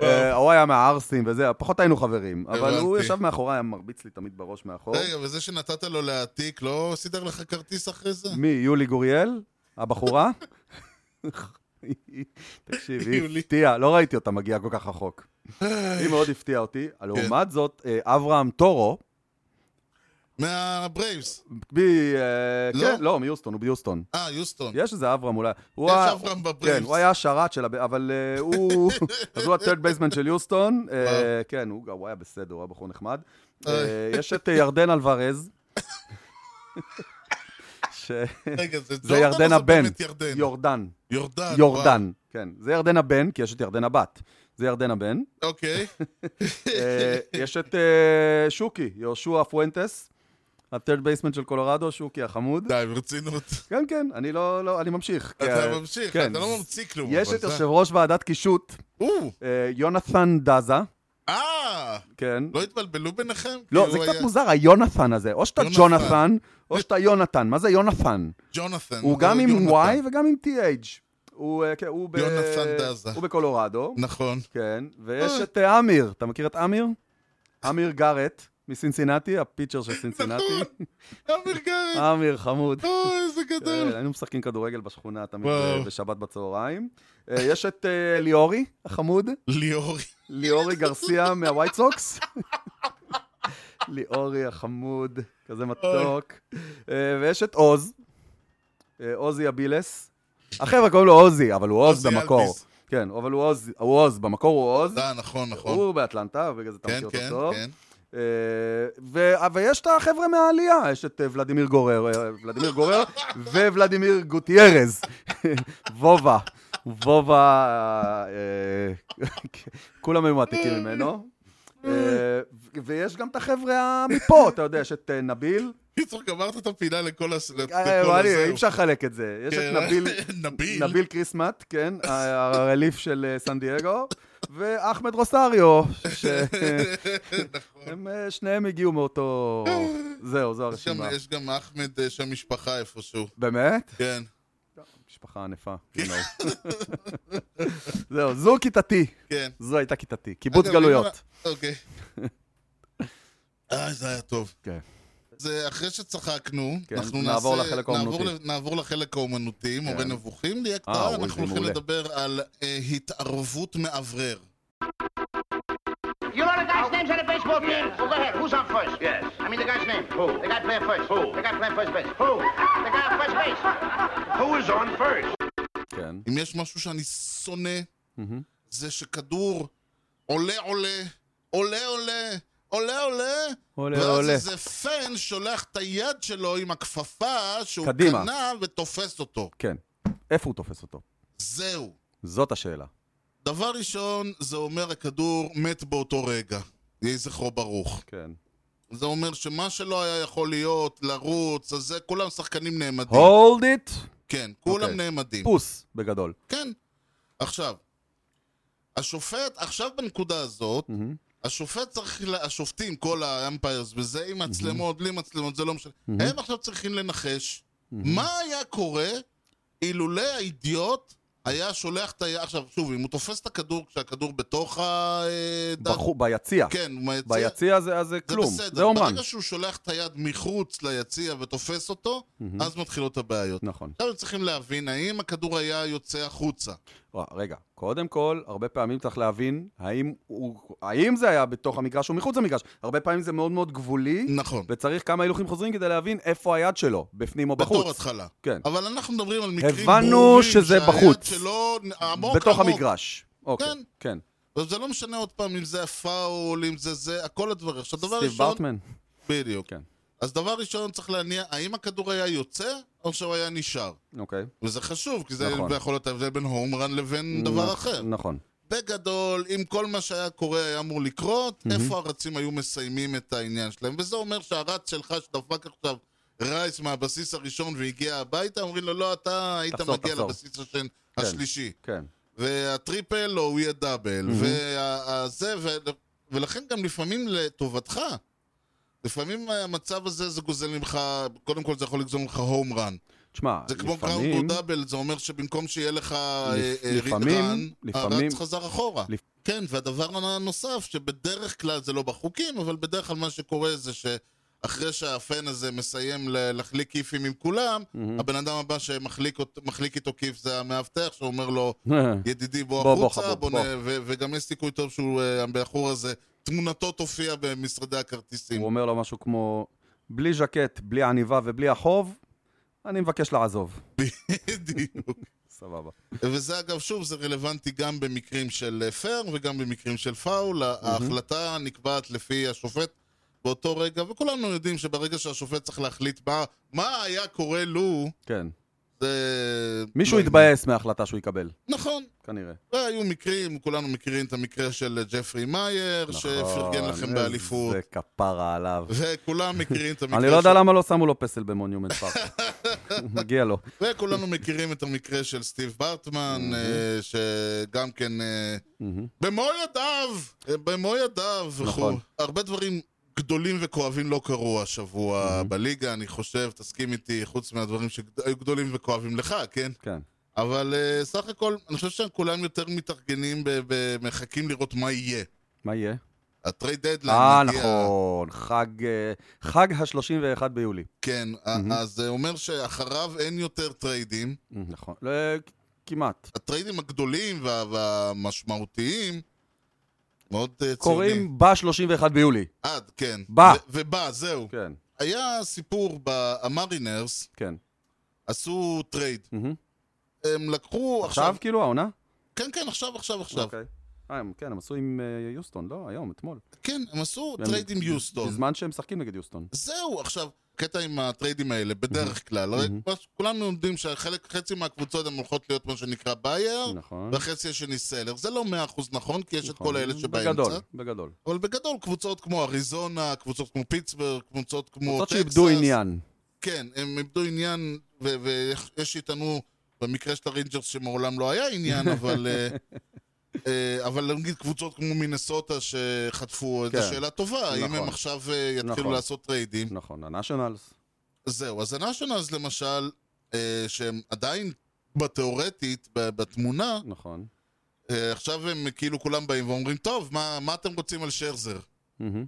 S1: אה, הוא היה מהערסים וזה, פחות היינו חברים. אבל הוא
S2: הבנתי.
S1: ישב מאחורי, היה מרביץ לי תמיד בראש מאחור.
S2: רגע, וזה שנתת לו להעתיק, לא סידר לך כרטיס אחרי זה?
S1: מי, יולי גוריאל? הבחורה? תקשיב,
S2: יולי.
S1: היא הפתיעה, לא ראיתי אותה מגיעה כל כך רחוק. היא מאוד הפתיעה אותי. לעומת זאת, אה, אברהם טורו,
S2: מהברייבס.
S1: ב... אה,
S2: לא?
S1: כן, לא, מיוסטון, הוא ביוסטון.
S2: אה, יוסטון.
S1: יש איזה אברהם אולי. הוא
S2: יש
S1: ה-
S2: אברהם
S1: כן,
S2: בברייבס.
S1: הוא היה השרת של הב... אבל אה, הוא... אז הוא ה-third basement של יוסטון. אה,
S2: וואו.
S1: כן, הוא הוא היה בסדר, הוא היה בחור נחמד.
S2: אוי.
S1: אה, יש את אה, ירדן אלוורז. ש-
S2: רגע, זה
S1: זה
S2: ג'ורדן או
S1: ירדן
S2: זה
S1: הבן.
S2: באמת ירדן?
S1: יורדן.
S2: יורדן.
S1: יורדן, כן. זה ירדן הבן, כי יש את ירדן הבת. זה ירדן הבן.
S2: וואו. אוקיי.
S1: אה, יש את אה, שוקי, יהושע פואנטס, ה-third basement של קולורדו, שוקי החמוד.
S2: די, ברצינות.
S1: כן, כן, אני לא, לא, אני ממשיך. כי,
S2: אתה
S1: אה,
S2: ממשיך,
S1: כן.
S2: אתה לא ממציא כלום.
S1: יש
S2: אבל
S1: את
S2: זה-
S1: יושב ראש ועדת קישוט,
S2: או,
S1: אה, יונתן דזה,
S2: אה,
S1: כן.
S2: לא התבלבלו ביניכם?
S1: לא,
S2: כי
S1: זה
S2: הוא
S1: קצת
S2: היה-
S1: מוזר, היונתן הזה. או שאתה
S2: יונתן.
S1: ג'ונתן, או שאתה יונתן. מה זה יונתן?
S2: ג'ונתן.
S1: הוא גם עם
S2: יונתן.
S1: Y וגם עם TH. הוא, אה, כן, הוא ב-
S2: יונתן דזה.
S1: הוא בקולורדו.
S2: נכון.
S1: כן, ויש את אה, אמיר, אתה מכיר את אמיר? אמיר גארט מסינסינטי, הפיצ'ר של
S2: נכון.
S1: סינסינטי.
S2: אמיר גרן.
S1: אמיר, חמוד.
S2: אוי, איזה
S1: כן,
S2: גדול.
S1: היינו משחקים כדורגל בשכונה תמיד
S2: וואו.
S1: אה, בשבת בצהריים. אה, יש את אה, ליאורי, החמוד,
S2: ליאורי.
S1: ליאורי גרסיה מהווייט סוקס. ליאורי החמוד, כזה מתוק. אה, ויש את עוז, אה, עוזי אבילס. החבר'ה קוראים לו עוזי, אבל הוא עוז
S2: עוזי
S1: במקור.
S2: אלביס.
S1: כן, אבל הוא עוז, הוא עוז, במקור הוא עוז.
S2: אה, נכון, נכון.
S1: הוא באטלנטה, בגלל זה אתה
S2: כן,
S1: מכיר אותו
S2: כן,
S1: טוב.
S2: כן.
S1: אה, ו- אה, ויש את החבר'ה מהעלייה, יש את אה, ולדימיר גורר, אה, ולדימיר גורר וולדימיר גוטיירז, וובה, וובה, אה, כולם היו מעתיקים ממנו. אה, ו- ויש גם את החבר'ה מפה, אתה יודע, יש את אה, נביל,
S2: קיצור, גמרת את הפינה לכל הס... לכל
S1: אה, וואלי,
S2: הזה.
S1: אי אפשר לחלק את זה, יש
S2: כן,
S1: את נביל,
S2: נביל.
S1: נביל קריסמט, כן, הרליף של אה, סן דייגו, ואחמד רוסריו,
S2: נכון.
S1: שהם שניהם הגיעו מאותו... זהו, זו
S2: יש גם-
S1: הרשימה.
S2: יש גם אחמד אה, שם משפחה איפשהו.
S1: באמת?
S2: כן,
S1: משפחה ענפה. you know. זהו, זו כיתתי.
S2: כן.
S1: זו הייתה כיתתי. קיבוץ
S2: אגב, אם
S1: גלויות.
S2: ה- אוקיי. אה, זה היה טוב.
S1: כן.
S2: זה אחרי שצחקנו,
S1: כן,
S2: אנחנו
S1: נעבור
S2: נעשה-
S1: לחלק
S2: נעבור
S1: האומנותי.
S2: ל- נעבור לחלק האומנותי, מורה נבוכים, ליאת
S1: אה,
S2: טאה,
S1: אוי, זה
S2: אנחנו הולכים
S1: מעולה.
S2: לדבר על אה, התערבות מאוורר.
S6: You know the guy's names on the baseball team? Well, go ahead. Who's on first? Yes. I mean the guy's name. Who? The guy playing first. Who? The guy playing first base. Who? The guy on first base. Who is on first?
S1: כן.
S2: אם יש משהו שאני שונא,
S1: מהמם.
S2: זה שכדור עולה עולה, עולה עולה, עולה עולה,
S1: עולה,
S2: ואז
S1: עולה.
S2: איזה פן שולח את היד שלו עם הכפפה שהוא
S1: קדימה.
S2: קנה ותופס אותו.
S1: כן. איפה הוא תופס אותו?
S2: זהו.
S1: זאת השאלה.
S2: דבר ראשון, זה אומר הכדור מת באותו רגע. יהי זכרו ברוך.
S1: כן.
S2: זה אומר שמה שלא היה יכול להיות, לרוץ, אז זה, כולם שחקנים נעמדים.
S1: hold it,
S2: כן, כולם
S1: אוקיי.
S2: נעמדים.
S1: פוס, בגדול.
S2: כן. עכשיו, השופט, עכשיו בנקודה הזאת,
S1: מהמם.
S2: השופט צריך, לה- השופטים, כל האמפיירס, וזה עם מצלמות, בלי מצלמות, זה לא משנה. הם עכשיו צריכים לנחש מה היה קורה אילולא האידיוט היה שולח את היד, עכשיו שוב, אם הוא תופס את הכדור כשהכדור בתוך הדף,
S1: בחו- ביציע.
S2: כן, הוא מהיציע,
S1: ביציע זה אז זה
S2: זה
S1: כלום.
S2: בסדר.
S1: זה אומן.
S2: ברגע שהוא שולח את היד מחוץ ליציע ותופס אותו, אז מתחילות הבעיות.
S1: נכון.
S2: עכשיו הם צריכים להבין האם הכדור היה יוצא החוצה.
S1: וואה, רגע, קודם כל, הרבה פעמים צריך להבין האם, הוא, האם זה היה בתוך המגרש או מחוץ למגרש. הרבה פעמים זה מאוד מאוד גבולי,
S2: נכון,
S1: וצריך כמה הילוכים חוזרים כדי להבין איפה היד שלו, בפנים או
S2: בתור
S1: בחוץ.
S2: התחלה.
S1: כן,
S2: אבל אנחנו מדברים על מקרים
S1: הבנו
S2: ברורים
S1: שזה
S2: שהיד
S1: בחוץ.
S2: שלו עמוק
S1: בתוך
S2: עמוק.
S1: המגרש. אוקיי,
S2: כן.
S1: כן.
S2: וזה לא משנה עוד פעם אם זה הפאול, אם זה זה, הכל הדברים. עכשיו, דבר
S1: סטיב
S2: ראשון...
S1: בארטמן.
S2: בדיוק.
S1: כן.
S2: אז דבר ראשון צריך להניע, האם הכדור היה יוצא, או שהוא היה נשאר?
S1: אוקיי.
S2: וזה חשוב, כי זה
S1: נכון.
S2: יכול להיות ההבדל בין הום רן לבין
S1: נכ-
S2: דבר אחר.
S1: נכון.
S2: בגדול, אם כל מה שהיה קורה היה אמור לקרות, איפה הרצים היו מסיימים את העניין שלהם? וזה אומר שהרץ שלך שדפק עכשיו רייס מהבסיס הראשון והגיע הביתה, אומרים לו, לא, אתה היית
S1: תחזור,
S2: מגיע
S1: תחזור."
S2: לבסיס השן- השלישי.
S1: כן.
S2: והטריפל לא, הוא יהיה דאבל, וזה, ולכן גם לפעמים לטובתך, לפעמים המצב הזה זה גוזל ממך, קודם כל זה יכול לגזול ממך הום רן.
S1: תשמע,
S2: זה כמו גראונד
S1: לפעמים...
S2: או דאבל, זה אומר שבמקום שיהיה לך אה,
S1: לפ- לפעמים-
S2: רידרן,
S1: לפעמים-
S2: הרץ חזר אחורה.
S1: לפ-
S2: כן, והדבר הנוסף, שבדרך כלל זה לא בחוקים, אבל בדרך כלל מה שקורה זה שאחרי שהפן הזה מסיים ל- להחליק כיפים עם כולם,
S1: Mm.
S2: הבן אדם הבא שמחליק אות- מחליק איתו כיף זה המאבטח, שאומר לו, ידידי בוא
S1: בוא, בוא,
S2: החוצה,
S1: חבוב,
S2: בוא נ-
S1: בוא.
S2: ו- וגם יש סיכוי טוב שהוא, אה, הבחור הזה, תמונתו תופיע במשרדי הכרטיסים.
S1: הוא אומר לו משהו כמו, בלי ז'קט, בלי עניבה ובלי החוב, אני מבקש לעזוב.
S2: בדיוק.
S1: סבבה.
S2: וזה אגב, שוב, זה רלוונטי גם במקרים של אה, פייר וגם במקרים של פאול. ה- ההחלטה נקבעת לפי השופט באותו רגע, וכולנו יודעים שברגע שהשופט צריך להחליט מה, מה היה קורה לו,
S1: כן.
S2: זה...
S1: מישהו
S2: לא
S1: יתבאס מההחלטה שהוא יקבל,
S2: עניין. נכון.
S1: כנראה.
S2: והיו מקרים, כולנו מכירים את המקרה של אה, ג'פרי מאייר, שפרגן לכם
S1: נכון,
S2: באליפות.
S1: זה כפרה עליו.
S2: וכולם מכירים את המקרה
S1: אני לא יודע
S2: של-
S1: למה לא שמו לו פסל במונומנט פארק. מגיע לו.
S2: וכולנו מכירים את המקרה של סטיב ברטמן, אה, שגם כן אה, במו ידיו, אה, במו ידיו וכו'.
S1: נכון.
S2: הרבה דברים גדולים וכואבים לא קרו השבוע בליגה, אני חושב, תסכים איתי, חוץ מהדברים שהיו גדולים וכואבים לך, כן?
S1: כן.
S2: אבל אה, סך הכל, אני חושב שכולם יותר מתארגנים, ב- ב- מחכים לראות מה יהיה.
S1: מה יהיה?
S2: הטרייד דדליין
S1: אה,
S2: לא, מגיע.
S1: נכון. חג אה, חג ה-31 ביולי.
S2: כן, ה- אז זה אומר שאחריו אין יותר טריידים.
S1: נכון. לא, כמעט.
S2: הטריידים הגדולים וה- והמשמעותיים, מאוד אה, ציוני.
S1: קוראים ב-31 ביולי.
S2: עד, כן.
S1: בא.
S2: ו- ובא, זהו.
S1: כן,
S2: היה סיפור במרינרס,
S1: כן.
S2: עשו טרייד.
S1: מהמם.
S2: הם לקחו
S1: עכשיו
S2: עכשיו...
S1: כאילו העונה?
S2: כן, כן, עכשיו, עכשיו, עכשיו.
S1: אוקיי. אה, הם- כן, הם עשו עם אה, יוסטון, לא? היום, אתמול.
S2: כן, הם עשו
S1: הם-
S2: טרייד עם יוסטון.
S1: בזמן שהם משחקים נגד יוסטון.
S2: זהו, עכשיו, קטע עם הטריידים האלה, בדרך כלל. הרי מה ש- כולנו יודעים שחלק, חצי מהקבוצות הן הולכות להיות מה שנקרא בייר,
S1: נכון.
S2: והחצי השני סלר. זה לא מאה אחוז נכון, כי יש את
S1: נכון.
S2: אה, כל האלה
S1: בגדול,
S2: שבאמצע.
S1: בגדול.
S2: אבל בגדול, קבוצות כמו אריזונה, קבוצות כמו פיטסברג, קבוצות כמו
S1: קבוצות
S2: טקסס.
S1: שאיבדו עניין.
S2: כן, הם איבדו עניין, ו- ויש שיטענו במקרה של הרינג'רס שמעולם לא היה עניין, אבל... אה, אה, אבל נגיד קבוצות כמו מינסוטה שחטפו,
S1: כן.
S2: זו שאלה טובה, האם
S1: נכון.
S2: הם עכשיו אה,
S1: נכון.
S2: יתחילו לעשות טריידים?
S1: נכון, הנשיונלס.
S2: זהו, אז הנשיונלס למשל, אה, שהם עדיין בתיאורטית, ב- בתמונה,
S1: נכון.
S2: אה, עכשיו הם כאילו כולם באים ואומרים, טוב, מה, מה אתם רוצים על שרזר?
S1: מהמם.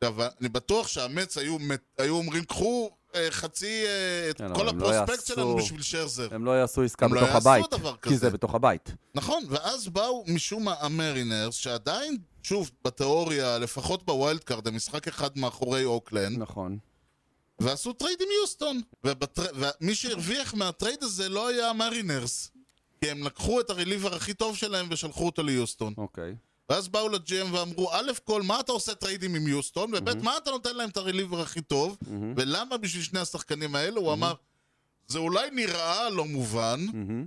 S2: עכשיו, אני בטוח שהמץ היו, מת- היו אומרים, קחו אה, חצי, אה, את
S1: כן, אבל
S2: כל
S1: הם לא
S2: הפרוספקט
S1: יעשו-
S2: שלנו בשביל שרזר.
S1: הם לא יעשו עסקה
S2: הם לא
S1: בתוך
S2: יעשו
S1: הבית,
S2: דבר
S1: כי זה
S2: כזה.
S1: בתוך הבית.
S2: נכון, ואז באו משום מה המרינרס, שעדיין, שוב, בתיאוריה, לפחות בווילד קארד, הם משחק אחד מאחורי אוקלנד,
S1: נכון.
S2: ועשו טרייד עם יוסטון. ובטר... ומי שהרוויח מהטרייד הזה לא היה המרינרס. כי הם לקחו את הרליבר הכי טוב שלהם ושלחו אותו ליוסטון.
S1: אוקיי.
S2: ואז באו לג'ם ואמרו, א' כל, מה אתה עושה טריידים עם יוסטון? וב' מה אתה נותן להם את הרליבר הכי טוב? ולמה בשביל שני השחקנים האלה? הוא אמר, זה אולי נראה לא מובן,
S1: מהמם.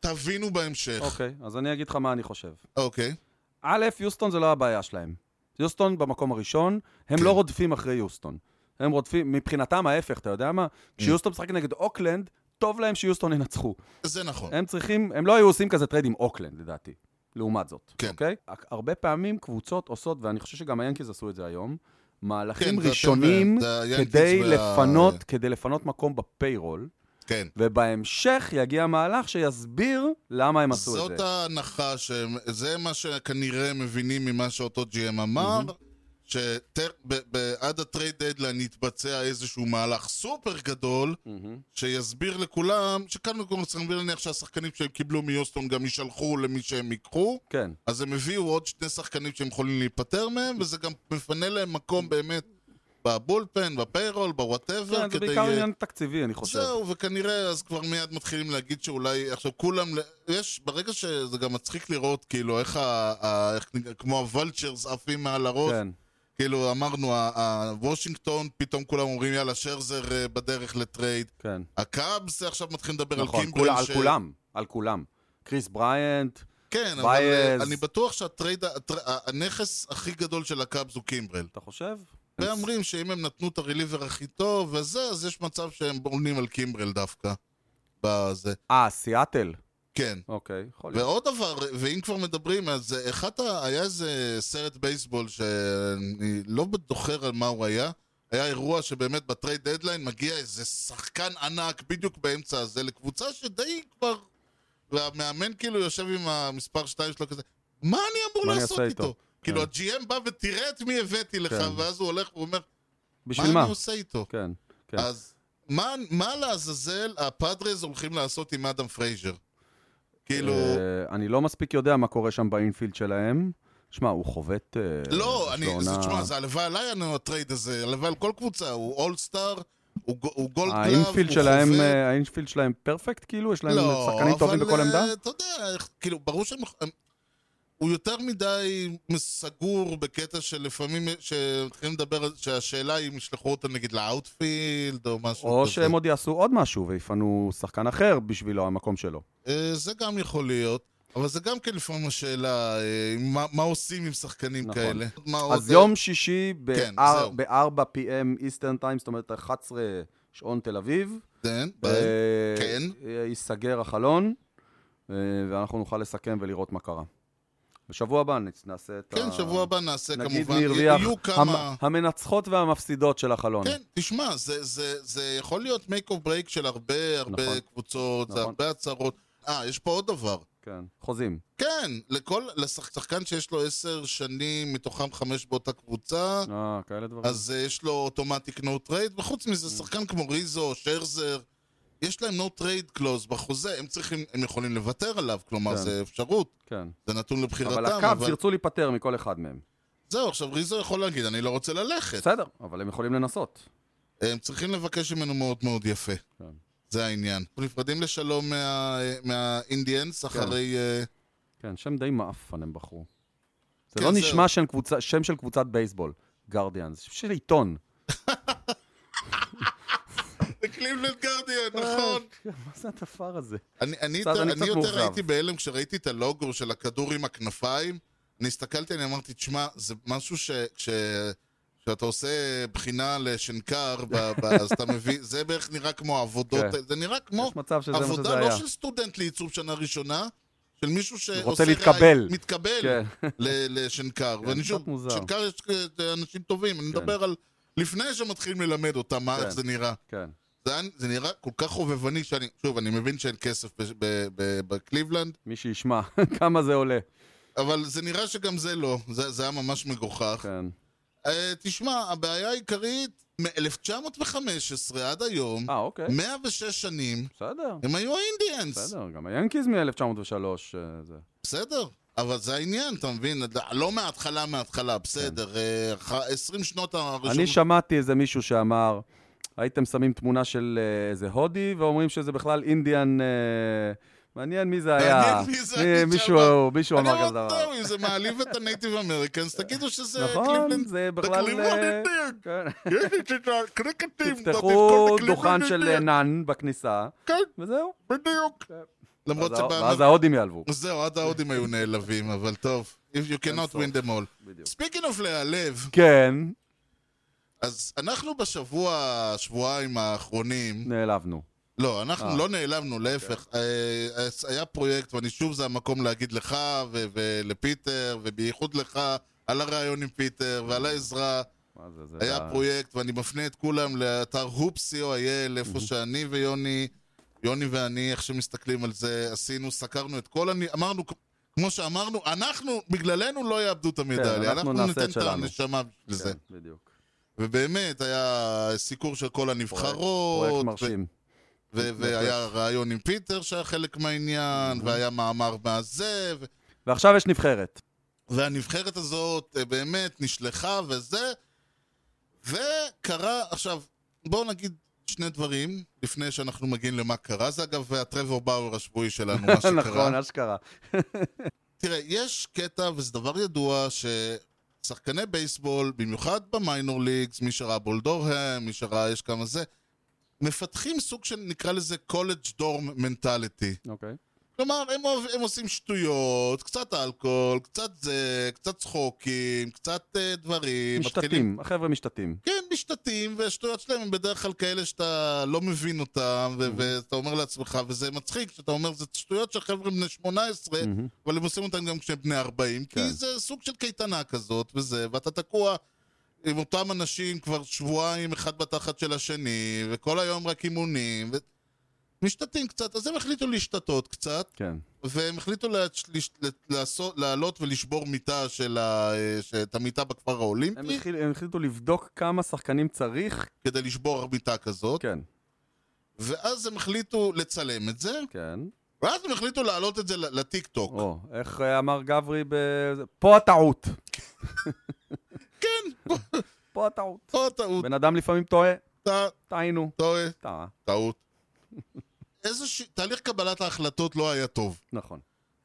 S2: תבינו בהמשך.
S1: אוקיי, אז אני אגיד לך מה אני חושב.
S2: אוקיי.
S1: א', יוסטון זה לא הבעיה שלהם. יוסטון במקום הראשון, הם
S2: כן.
S1: לא רודפים אחרי יוסטון. הם רודפים, מבחינתם ההפך, אתה יודע מה?
S2: Mm.
S1: כשיוסטון משחק נגד אוקלנד, טוב להם שיוסטון ינצחו.
S2: זה נכון.
S1: הם צריכים, הם לא היו עושים כזה טרייד עם אוקלנד, לדעתי. לעומת זאת,
S2: כן.
S1: אוקיי? הרבה פעמים קבוצות עושות, ואני חושב שגם היאנקיז עשו את זה היום, מהלכים
S2: ואתם
S1: ראשונים
S2: והם, כן, זה היאנקיז
S1: כדי
S2: וה-
S1: לפנות, כדי לפנות מקום בפיירול,
S2: כן.
S1: ובהמשך יגיע מהלך שיסביר למה הם עשו את
S2: זאת
S1: זה.
S2: ההנחה, שהם- זה מה שכנראה מבינים ממה שאותו GM אמר, שעד הטרייד דדליין יתבצע איזשהו מהלך סופר גדול,
S1: מהמם.
S2: שיסביר לכולם, שקודם כל צריכים להניח שהשחקנים שהם קיבלו מיוסטון גם יישלחו למי שהם ייקחו,
S1: כן.
S2: אז הם הביאו עוד שני שחקנים שהם יכולים להיפטר מהם, וזה גם מפנה להם מקום באמת בבולפן, בפיירול, בוואטאבר,
S1: כן, זה בעיקר עניין תקציבי, אני חושב.
S2: זהו, וכנראה אז כבר מיד מתחילים להגיד שאולי, עכשיו כולם, יש, ברגע שזה גם מצחיק לראות, כאילו, איך ה... ה איך, נקרא- כמו הוולצ'רס עפים מעל הראש,
S1: כן.
S2: כאילו, אמרנו, ה- ה- וושינגטון, פתאום כולם אומרים, יאללה, שרזר אה, בדרך לטרייד.
S1: כן,
S2: הקאבס עכשיו מתחילים לדבר על
S1: נכון,
S2: קימברל.
S1: כולה, על כולם, על כולם. קריס בריאנט,
S2: כן, אבל אה,
S1: בייז.
S2: אני בטוח שהטרייד, הטר- הנכס הכי גדול של הקאבס הוא קימברל.
S1: אתה חושב?
S2: ואומרים שאם הם נתנו את הרליבר הכי טוב וזה, אז יש מצב שהם עונים על קימברל דווקא. בזה.
S1: אה, סיאטל.
S2: כן.
S1: אוקיי, יכול להיות.
S2: ועוד דבר, ואם כבר מדברים, אז אה, אחת ה... היה איזה סרט בייסבול שאני לא זוכר על מה הוא היה. היה אירוע שבאמת בטרייד דדליין מגיע איזה שחקן ענק בדיוק באמצע הזה לקבוצה שדי כבר... והמאמן כאילו יושב עם המספר 2 שלו כזה, מה אני אמור
S1: מה אני
S2: לעשות
S1: אעשה
S2: איתו?
S1: איתו?"
S2: כאילו ה-GM בא ותראה את מי הבאתי לך,
S1: כן.
S2: ואז הוא הולך ואומר, מה
S1: בשביל
S2: אני
S1: מה?
S2: עושה איתו?
S1: כן, כן.
S2: אז מה, מה לעזאזל הפאדרז הולכים לעשות עם אדם פרייזר? כאילו...
S1: אה, אני לא מספיק יודע מה קורה שם באינפילד שלהם. שמע, הוא חובט... אה,
S2: לא,
S1: יש
S2: אני,
S1: לו
S2: זה,
S1: עונה-
S2: תשמע, זה הלוואי עליי נו, הטרייד הזה, הלוואי על כל קבוצה, הוא אולסטאר, הוא, גו- הוא גולד גלאב, הוא
S1: האינפילד שלהם,
S2: חובט.
S1: אה, האינפילד שלהם פרפקט, כאילו? יש להם שחקנים טובים
S2: אבל,
S1: בכל
S2: אה,
S1: עמדה?
S2: אתה יודע, איך- כאילו, ברור שהם... הם- הוא יותר מדי סגור בקטע שלפעמים, שמתחילים לדבר, על- שהשאלה היא אם ישלחו אותו נגיד לאאוטפילד או משהו
S1: או
S2: כזה.
S1: שהם עוד יעשו עוד משהו ויפנו שחקן אחר בשבילו, המקום שלו.
S2: אה, זה גם יכול להיות, אבל זה גם כן לפעמים השאלה, אה, מה, מה עושים עם שחקנים
S1: נכון.
S2: כאלה. מה עוד,
S1: אז
S2: אה,
S1: יום שישי
S2: כן, זהו.
S1: ב-4 PM איסטרן טיים, זאת אומרת 11 שעון תל אביב.
S2: כן, ביי.
S1: אה,
S2: כן.
S1: אה, ייסגר החלון, אה, ואנחנו נוכל לסכם ולראות מה קרה. בשבוע הבא נצ- נעשה את ה...
S2: כן, שבוע הבא נעשה
S1: נגיד
S2: כמובן,
S1: מי הרוויח,
S2: יהיו כמה...
S1: המ- המנצחות והמפסידות של החלון.
S2: כן, תשמע, זה, זה, זה יכול להיות make or break של הרבה הרבה
S1: נכון.
S2: נכון, קבוצות, נכון. זה
S1: נכון.
S2: הרבה הצהרות. אה, יש פה עוד דבר.
S1: כן, חוזים.
S2: כן, לכל, לשחקן שיש לו עשר שנים, מתוכם חמש באותה קבוצה,
S1: אה, כאלה דברים.
S2: אז אה, יש לו אוטומטיק נו טרייד, וחוץ מזה,
S1: נכון.
S2: שחקן כמו ריזו, שרזר, יש להם נו טרייד קלוז בחוזה, הם צריכים, הם יכולים לוותר עליו, כלומר,
S1: כן.
S2: זה אפשרות,
S1: כן.
S2: זה נתון לבחירתם,
S1: אבל הקאבס ירצו להיפטר מכל אחד מהם.
S2: כן. זהו, עכשיו ריזו יכול להגיד, אני לא רוצה ללכת.
S1: בסדר, אבל הם יכולים לנסות.
S2: הם צריכים לבקש ממנו מאוד מאוד יפה.
S1: כן.
S2: זה העניין. אנחנו נפרדים לשלום מה- מהאינדיאנס אחרי... אה,
S1: כן, שם די מעפן הם בחרו. זה
S2: כן,
S1: לא
S2: זהו.
S1: נשמע שם קבוצה- שם של קבוצת בייסבול, גרדיאנס, שם של עיתון.
S2: זה קליבלנד גרדיאן, נכון.
S1: כן, מה זה הדבר הזה?
S2: אני- אני
S1: קצת-
S2: יותר-
S1: אני
S2: אני
S1: קצת
S2: יותר
S1: מאוכזב.
S2: הייתי בהלם כשראיתי את הלוגו של הכדור עם הכנפיים. אני הסתכלתי, אני אמרתי, תשמע, זה משהו ש... כש- כשאתה עושה בחינה לשנקר, ב- ב- אז אתה מביא, זה בערך נראה כמו עבודות,
S1: כן.
S2: זה נראה כמו
S1: יש מצב שזה מה שזה
S2: עבודה
S1: היה.
S2: לא של סטודנט לעיצוב שנה ראשונה, של מישהו שעושה...
S1: רוצה
S2: רעי-
S1: להתקבל.
S2: מתקבל
S1: כן.
S2: ל- לשנקר.
S1: כן,
S2: ואני
S1: קצת
S2: שוב,
S1: מוזר.
S2: שנקר יש אה, אנשים טובים, אני
S1: כן.
S2: מדבר על לפני שמתחילים ללמד אותם מה
S1: כן.
S2: איך זה נראה.
S1: כן.
S2: זה היה- זה נראה כל כך חובבני שאני... שוב, אני מבין שאין כסף בש- ב- ב- בקליבלנד,
S1: מי שישמע כמה זה עולה.
S2: אבל זה נראה שגם זה לא. זה זה היה ממש מגוחך.
S1: כן.
S2: אה, תשמע, הבעיה העיקרית, מ-1915 עד היום,
S1: אה, אוקיי.
S2: 106 שנים,
S1: בסדר.
S2: הם היו האינדיאנס.
S1: בסדר, גם היאנקיז מ-1903. אה, זה.
S2: בסדר. אבל זה העניין, אתה מבין? לא מההתחלה, מההתחלה, בסדר. אה, ח- 20 שנות הראשונות.
S1: כן. אני שמעתי איזה מישהו שאמר, הייתם שמים תמונה של אה, איזה הודי, ואומרים שזה בכלל אינדיאן... אה, מעניין מי זה היה.
S2: מעניין מי זה היה
S1: מי-
S2: שם.
S1: מישהו מישהו אמר כזה
S2: אני אומר,
S1: דבר.
S2: טוב, אם זה מעליב את הנייטיב אמריקנס, תגידו שזה
S1: נכון,
S2: קליבלנד.
S1: זה
S2: The
S1: בכלל... אה,
S2: Cleveland Indians.
S1: כן.
S2: יש את הקריקט טים, that is
S1: תפתחו
S2: called the
S1: דוכן
S2: Cleveland
S1: של
S2: Indians.
S1: אה, נאן בכניסה,
S2: כן,
S1: וזהו.
S2: בדיוק. למרות
S1: אז ה- ואז
S2: שבאמר...
S1: ההודים יעלבו.
S2: זהו, עד ההודים היו נעלבים, אבל טוב. If you cannot
S1: סוף.
S2: win them all.
S1: בדיוק.
S2: Speaking of להיעלב,
S1: כן,
S2: אז אנחנו בשבוע, שבועיים האחרונים,
S1: נעלבנו.
S2: לא, אנחנו
S1: אה. אוקיי.
S2: לא נעלבנו, להפך. אה, אז היה פרויקט, ואני שוב, זה המקום להגיד לך ו- ולפיטר, ובייחוד לך, על הרעיון עם פיטר ועל העזרה.
S1: מה זה, זה
S2: היה פרויקט, ואני מפנה את כולם לאתר hoopsio.il, איפה שאני ויוני, יוני ואני, איך שמסתכלים על זה, עשינו, סקרנו את כל הנ... אמרנו, כמו שאמרנו, אנחנו, בגללנו לא יאבדו את
S1: כן,
S2: המדליה.
S1: אנחנו
S2: אנחנו
S1: נעשה
S2: ניתן
S1: את
S2: את
S1: שלנו.
S2: הנשמה בשביל זה.
S1: כן, בדיוק.
S2: ובאמת, היה סיקור של כל הנבחרות.
S1: פרויקט
S2: ו-
S1: מרשים.
S2: ו- והיה רעיון עם פיטר שהיה חלק מהעניין, והיה מאמר מהזה, ו-
S1: ועכשיו יש נבחרת.
S2: והנבחרת הזאת אה, באמת נשלחה וזה, וקרה, עכשיו, בואו נגיד שני דברים לפני שאנחנו מגיעים למה קרה, זה אגב הטרוור באואר השבועי שלנו, מה שקרה.
S1: נכון, אשכרה.
S2: תראה, יש קטע, וזה דבר ידוע, ששחקני בייסבול, במיוחד במיינור ליגס, מי שראה בולדורהם, מי שראה יש כמה זה, מפתחים סוג של, נקרא לזה, קולג' דורם מנטליטי.
S1: אוקיי.
S2: כלומר, הם, אוהב, הם עושים שטויות, קצת אלכוהול, קצת זה, קצת צחוקים, קצת אה, דברים. מתחילים-
S1: משתתים, החבר'ה משתתים.
S2: כן, משתתים, והשטויות שלהם הם בדרך כלל כאלה שאתה לא מבין אותם,
S1: Mm.
S2: ו- ואתה אומר לעצמך, וזה מצחיק, שאתה אומר, זה שטויות של חבר'ה בני 18, אבל הם עושים אותן גם כשהם בני 40,
S1: Mm. כן.
S2: כי זה סוג של קייטנה כזאת, וזה, ואתה תקוע עם אותם אנשים כבר שבועיים, אחד בתחת של השני, וכל היום רק אימונים, ו... משתתים קצת, אז הם החליטו להשתתות קצת.
S1: כן.
S2: והם החליטו לה- לש- ל- לעשות- לעלות ולשבור מיטה של ה... אה, ש- את המיטה בכפר
S1: הם
S2: האולימפי,
S1: החל- הם החליטו לבדוק כמה שחקנים צריך.
S2: כדי לשבור מיטה כזאת,
S1: כן,
S2: ואז הם החליטו לצלם את זה,
S1: כן.
S2: ואז הם החליטו להעלות את זה ל- לטיק טוק.
S1: או, איך אה, אמר גברי ב... פה הטעות.
S2: כן,
S1: פה הטעות.
S2: פה טעות,
S1: בן אדם לפעמים טועה,
S2: טע-
S1: טעינו.
S2: טועה,
S1: טעה.
S2: טעות. איזשהו... תהליך קבלת ההחלטות לא היה טוב.
S1: נכון.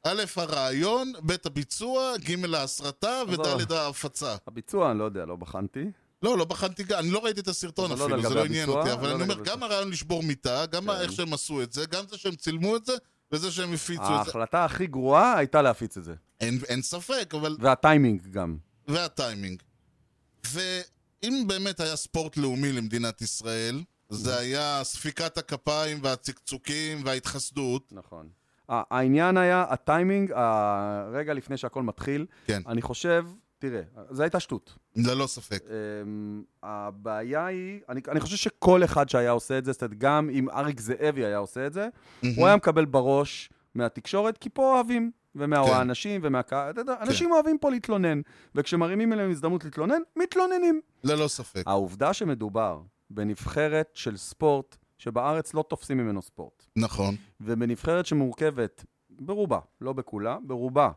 S2: א', הרעיון, ב', הביצוע, ג', ההסרטה, וד',
S1: עזוב.
S2: ההפצה.
S1: הביצוע, אני לא יודע, לא בחנתי.
S2: לא, לא בחנתי, גם- אני לא ראיתי את הסרטון
S1: אבל לא
S2: אפילו,
S1: לגבי
S2: זה לא עניין
S1: הביצוע,
S2: אותי,
S1: לא
S2: אבל אני אומר,
S1: לגבי
S2: גם הרעיון לשבור מיטה, גם
S1: כן.
S2: איך שהם עשו את זה, גם זה שהם צילמו את זה, וזה שהם הפיצו את זה.
S1: ההחלטה הכי גרועה הייתה להפיץ את זה.
S2: אין- אין ספק, אבל...
S1: והטיימינג גם.
S2: והטיימינג. ואם באמת היה ספורט לאומי למדינת ישראל, זה היה ספיקת הכפיים והצקצוקים וההתחסדות.
S1: נכון. העניין היה הטיימינג, הרגע לפני שהכל מתחיל.
S2: כן.
S1: אני חושב, תראה, זו הייתה שטות.
S2: ללא ספק.
S1: אמ, הבעיה היא, אני, אני חושב שכל אחד שהיה עושה את זה, זאת אומרת, גם אם אריק זאבי היה עושה את זה, הוא היה מקבל בראש מהתקשורת, כי פה אוהבים,
S2: כן.
S1: ומהאנשים, ומהקהל, אתה יודע, אנשים אוהבים פה להתלונן, וכשמרימים אליהם הזדמנות להתלונן, מתלוננים.
S2: ללא ספק.
S1: העובדה שמדובר בנבחרת של ספורט, שבארץ לא תופסים ממנו ספורט,
S2: נכון.
S1: ובנבחרת שמורכבת ברובה, לא בכולה, ברובה,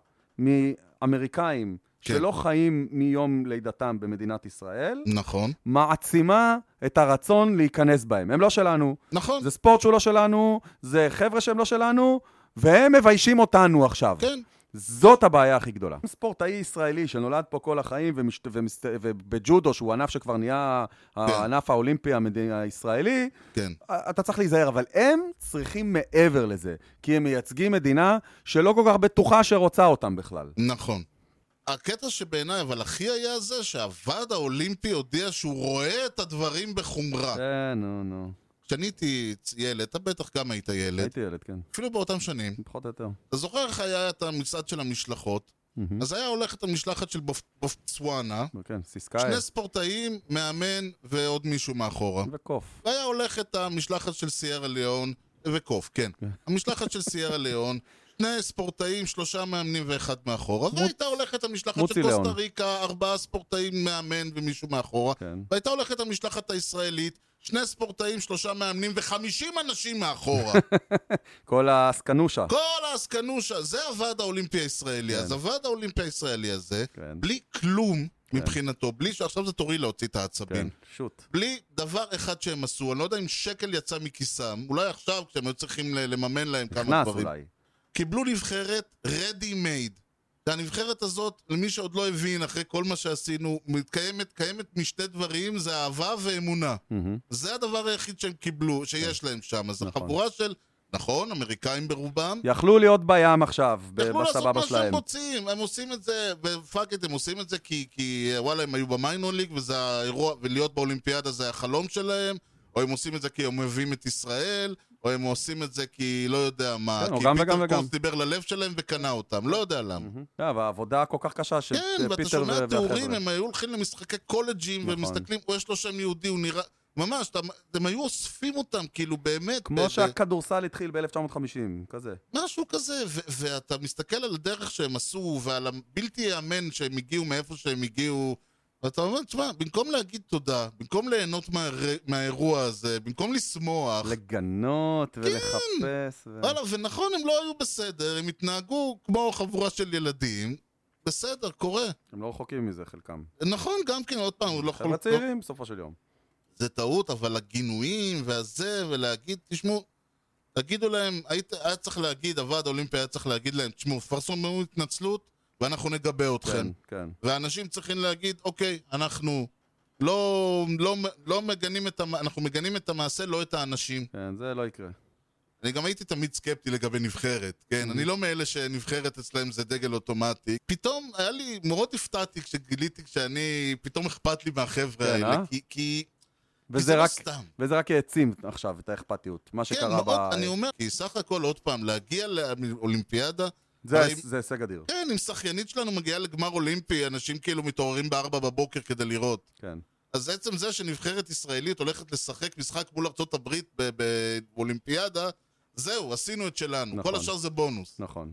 S1: מאמריקאים
S2: כן.
S1: שלא חיים מיום לידתם במדינת ישראל,
S2: נכון.
S1: מעצימה את הרצון להיכנס בהם. הם לא שלנו,
S2: נכון.
S1: זה ספורט שהוא לא שלנו, זה חבר'ה שהם לא שלנו, והם מביישים אותנו עכשיו.
S2: כן.
S1: זאת הבעיה הכי גדולה. ספורטאי ישראלי שנולד פה כל החיים ומש... ומס... ובג'ודו, שהוא ענף שכבר נהיה הענף האולימפי המד... הישראלי,
S2: כן.
S1: אתה צריך להיזהר, אבל הם צריכים מעבר לזה, כי הם מייצגים מדינה שלא כל כך בטוחה שרוצה אותם בכלל.
S2: נכון. הקטע שבעיניי, אבל הכי היה זה שהוועד האולימפי הודיע שהוא רואה את הדברים בחומרה.
S1: כן, נו, נו.
S2: כשאני הייתי צ- ילד, אתה בטח גם היית ילד,
S1: הייתי ילד, כן.
S2: אפילו באותם שנים,
S1: פחות או יותר.
S2: אתה זוכר איך היה את המצעד של המשלחות?
S1: מהמם.
S2: אז היה הולכת המשלחת של בופ- בופצואנה,
S1: כן, סיסקאי
S2: שני ספורטאים, מאמן ועוד מישהו מאחורה.
S1: וקוף.
S2: והיה הולכת המשלחת של סיירה ליאון, וקוף, כן. המשלחת של סיירה ליאון, שני ספורטאים, שלושה מאמנים ואחד מאחורה, והייתה הולכת המשלחת
S1: מוצי
S2: של
S1: ליאון.
S2: קוסטה ריקה, ארבעה ספורטאים, מאמן ומישהו מאחורה,
S1: כן.
S2: והייתה הולכת המשלחת הישראלית, שני ספורטאים, שלושה מאמנים וחמישים אנשים מאחורה.
S1: כל הסקנושה.
S2: כל העסקנושה, זה הוועד האולימפי הישראלי.
S1: כן.
S2: אז הוועד האולימפי הישראלי הזה,
S1: כן.
S2: בלי כלום מבחינתו, בלי שעכשיו זה תורי להוציא את העצבים.
S1: כן, שוט.
S2: בלי דבר אחד שהם עשו, אני לא יודע אם שקל יצא מכיסם, אולי עכשיו כשהם היו צריכים ל- לממן להם כמה
S1: קנס
S2: דברים.
S1: אולי.
S2: קיבלו נבחרת ready made. והנבחרת הזאת, למי שעוד לא הבין, אחרי כל מה שעשינו, מתקיימת קיימת משתי דברים, זה אהבה ואמונה.
S1: מהמם.
S2: זה הדבר היחיד שהם קיבלו, שיש להם שם. אז
S1: נכון.
S2: החבורה של, נכון, אמריקאים ברובם,
S1: יכלו להיות בים עכשיו, ב-
S2: יכלו לעשות
S1: בסבבה
S2: מה שהם
S1: שלהם.
S2: רוצים, הם עושים את זה, ופאק את, הם עושים את זה כי, כי אה, וואלה, הם היו במיינור ליג, וזה האירוע, ולהיות באולימפיאדה זה החלום שלהם, או הם עושים את זה כי הם אוהבים את ישראל, או הם עושים את זה כי לא יודע מה,
S1: כן, או
S2: כי
S1: גם
S2: פיטר
S1: וגם וגם.
S2: קורס דיבר ללב שלהם וקנה אותם, לא יודע למה.
S1: מהמם. כן, והעבודה הכל כך קשה של
S2: כן,
S1: אה,
S2: ואתה
S1: פיטר ו-
S2: שומע תיאורים,
S1: והחבר'ה.
S2: הם היו הולכים למשחקי קולג'ים,
S1: נכון.
S2: והם מסתכלים, "או, יש לו שם יהודי, הוא נראה... ממש, אתה- הם היו אוספים אותם, כאילו באמת... ב- אה. ב-
S1: כמו שהכדורסל התחיל ב-1950, כזה.
S2: משהו כזה, ו- ואתה מסתכל על הדרך שהם עשו, ועל הבלתי ייאמן שהם הגיעו מאיפה שהם הגיעו, ואתה אומר, תשמע, במקום להגיד תודה, במקום ליהנות מהר- מהאירוע הזה, במקום לשמוח,
S1: לגנות ולחפש. ו-
S2: כן. וואלה, ונכון, הם לא היו בסדר, הם התנהגו כמו חבורה של ילדים, בסדר, קורה.
S1: הם לא רחוקים מזה, חלקם.
S2: נכון, גם כן, עוד פעם, הוא לא
S1: חבר'ה
S2: יכול... לא-
S1: צעירים, בסופו של יום.
S2: זה טעות, אבל הגינויים והזה, ולהגיד, תשמעו, תגידו להם, היית, היה צריך להגיד, הוועד האולימפי היה צריך להגיד להם, תשמעו, פרסמו התנצלות, ואנחנו נגבה אתכם.
S1: כן, כן.
S2: ואנשים צריכים להגיד, אוקיי, אנחנו לא, לא, לא מגנים את המ... אנחנו מגנים את המעשה, לא את האנשים.
S1: כן, זה לא יקרה.
S2: אני גם הייתי תמיד סקפטי לגבי נבחרת, כן?
S1: Mm-hmm.
S2: אני לא מאלה שנבחרת אצלהם זה דגל אוטומטי. פתאום היה לי, מאוד הפתעתי כשגיליתי שאני, פתאום אכפת לי מהחבר'ה
S1: כן,
S2: האלה,
S1: אה?
S2: כי... כי... כי
S1: וזה
S2: זה לא
S1: רק...
S2: סתם.
S1: וזה רק העצים עכשיו את האכפתיות, מה
S2: כן,
S1: שקרה
S2: מאוד,
S1: ב...
S2: אני אומר, כי סך הכל, עוד פעם, להגיע לאולימפיאדה,
S1: זה-
S2: הרי-
S1: זה הישג אדיר,
S2: כן, אם שחיינית שלנו מגיעה לגמר אולימפי, אנשים כאילו מתעוררים בארבע בבוקר כדי לראות.
S1: כן.
S2: אז עצם זה שנבחרת ישראלית הולכת לשחק משחק מול ארצות הברית ב- ב- באולימפיאדה, זהו, עשינו את שלנו.
S1: נכון.
S2: כל השאר זה בונוס.
S1: נכון.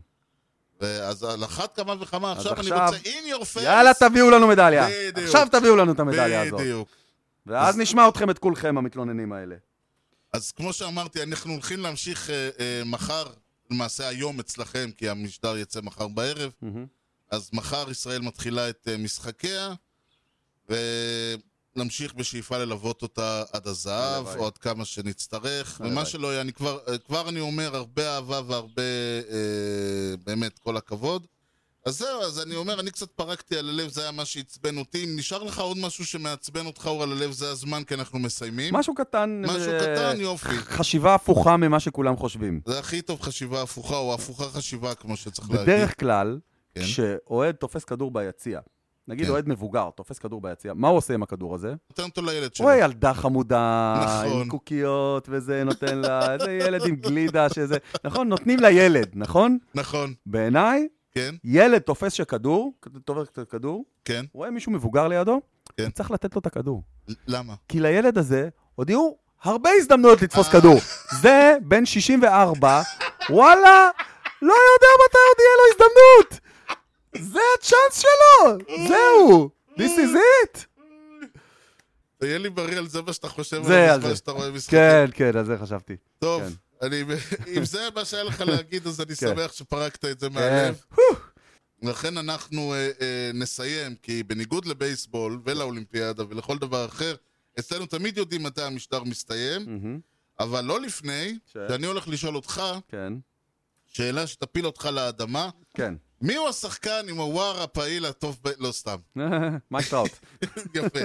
S2: אז על אחת כמה וכמה עכשיו אני
S1: עכשיו-
S2: רוצה in your face.
S1: יאללה, תביאו לנו מדליה.
S2: בדיוק.
S1: עכשיו תביאו לנו את המדליה הזאת.
S2: בדיוק.
S1: ואז נשמע אתכם, את כולכם, המתלוננים האלה.
S2: אז כמו שאמרתי, אנחנו הולכים להמשיך אה, אה, מחר, למעשה היום אצלכם, כי המשדר יצא מחר בערב.
S1: מהמם.
S2: אז מחר ישראל מתחילה את אה, משחקיה, ונמשיך בשאיפה ללוות אותה עד הזהב,
S1: הלוואי.
S2: או עד כמה שנצטרך.
S1: הלוואי.
S2: ומה שלא יהיה, אני כבר, אה, כבר אני אומר, הרבה אהבה והרבה, אה, באמת, כל הכבוד. אז זהו, אז אני אומר, אני קצת פרקתי על הלב, זה היה מה שעצבן אותי. אם נשאר לך עוד משהו שמעצבן אותך, אור על הלב, זה הזמן, כי אנחנו מסיימים.
S1: משהו קטן.
S2: משהו
S1: אה,
S2: קטן, יופי.
S1: חשיבה הפוכה ממה שכולם חושבים.
S2: זה הכי טוב חשיבה הפוכה, או הפוכה חשיבה, כמו שצריך להגיד.
S1: בדרך כלל,
S2: כן.
S1: כשאוהד תופס כדור ביציע, נגיד
S2: כן.
S1: אוהד מבוגר תופס כדור ביציע, מה הוא עושה עם הכדור הזה?
S2: נותן אותו לילד שלו.
S1: הוא ילדה חמודה,
S2: נכון.
S1: עם קוקיות וזה, נותן לה, איזה ילד עם גלידה שזה, נכון? נותנים לילד, נכון?
S2: נכון,
S1: בעיניי,
S2: כן,
S1: ילד תופס שכדור, תופס את הכדור,
S2: כן.
S1: רואה מישהו מבוגר לידו,
S2: כן.
S1: הוא צריך לתת לו את הכדור.
S2: למה?
S1: כי לילד הזה עוד יהיו הרבה הזדמנויות לתפוס כדור. זה בן 64, וואלה, לא יודע מתי עוד יהיה לו הזדמנות. זה הצ'אנס שלו, זהו, this is it.
S2: תהיה לי בריא על זה מה שאתה חושב
S1: זה על
S2: על
S1: זה.
S2: הזמן שאתה רואה משחקים.
S1: כן, כן, על זה חשבתי.
S2: טוב,
S1: כן.
S2: אני- אם זה מה שהיה לך להגיד, אז אני שמח שפרקת את זה
S1: כן.
S2: מהלב. לכן אנחנו אה, אה, נסיים, כי בניגוד לבייסבול ולאולימפיאדה ולכל דבר אחר, אצלנו תמיד יודעים מתי המשטר מסתיים,
S1: מהמם,
S2: אבל לא לפני
S1: ש-
S2: שאני הולך לשאול אותך
S1: כן,
S2: שאלה שתפיל אותך לאדמה.
S1: כן.
S2: מי הוא השחקן עם הוואר הפעיל הטוב ב... לא, סתם.
S1: כן. מייק טראוט.
S2: יפה.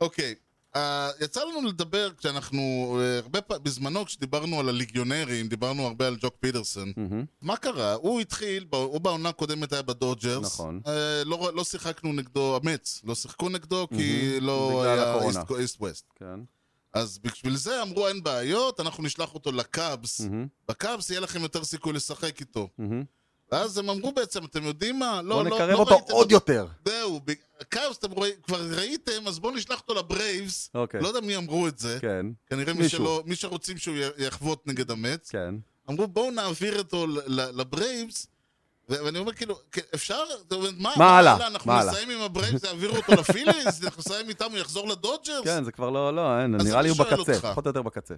S2: אוקיי. אה, יצא לנו לדבר כשאנחנו, אה, הרבה פעמים, בזמנו כשדיברנו על הליגיונרים, דיברנו הרבה על ג'וק פיטרסון.
S1: מהמם,
S2: מה קרה? הוא התחיל, ב- הוא בעונה הקודמת היה בדודג'רס.
S1: נכון.
S2: אה, לא, לא שיחקנו נגדו, המץ, לא שיחקו נגדו, כי לא
S1: בגלל
S2: היה
S1: הקורונה.
S2: איסט ווסט.
S1: כן.
S2: אז בשביל זה אמרו אין בעיות, אנחנו נשלח אותו לקאבס.
S1: מהמם,
S2: בקאבס יהיה לכם יותר סיכוי לשחק איתו.
S1: מהמם.
S2: ואז הם אמרו בעצם, אתם יודעים מה? לא,
S1: בואו
S2: לא,
S1: נקרב
S2: לא
S1: אותו
S2: ראיתם
S1: עוד
S2: אותו."
S1: יותר.
S2: זהו, בקאבס אתם רואים, כבר ראיתם, אז בואו נשלח אותו לברייבס.
S1: אוקיי.
S2: לא יודע מי אמרו את זה.
S1: כן,
S2: כנראה מי,
S1: מישהו.
S2: שלא, מי שרוצים שהוא י- יחבוט נגד המץ.
S1: כן.
S2: אמרו בואו נעביר אותו ל- ל- לברייבס, ו- ואני אומר כאילו, "כן, אפשר? זאת אומרת, מה,
S1: הלאה?
S2: אנחנו
S1: מה
S2: נסיים עם הברייבס, יעבירו אותו לפיליז, אנחנו נסיים איתם, הוא יחזור לדודג'רס?
S1: כן, זה כבר לא, לא, אין,
S2: אז
S1: נראה לי
S2: אני
S1: הוא
S2: שואל אותך.
S1: בקצה, פחות או יותר בקצה.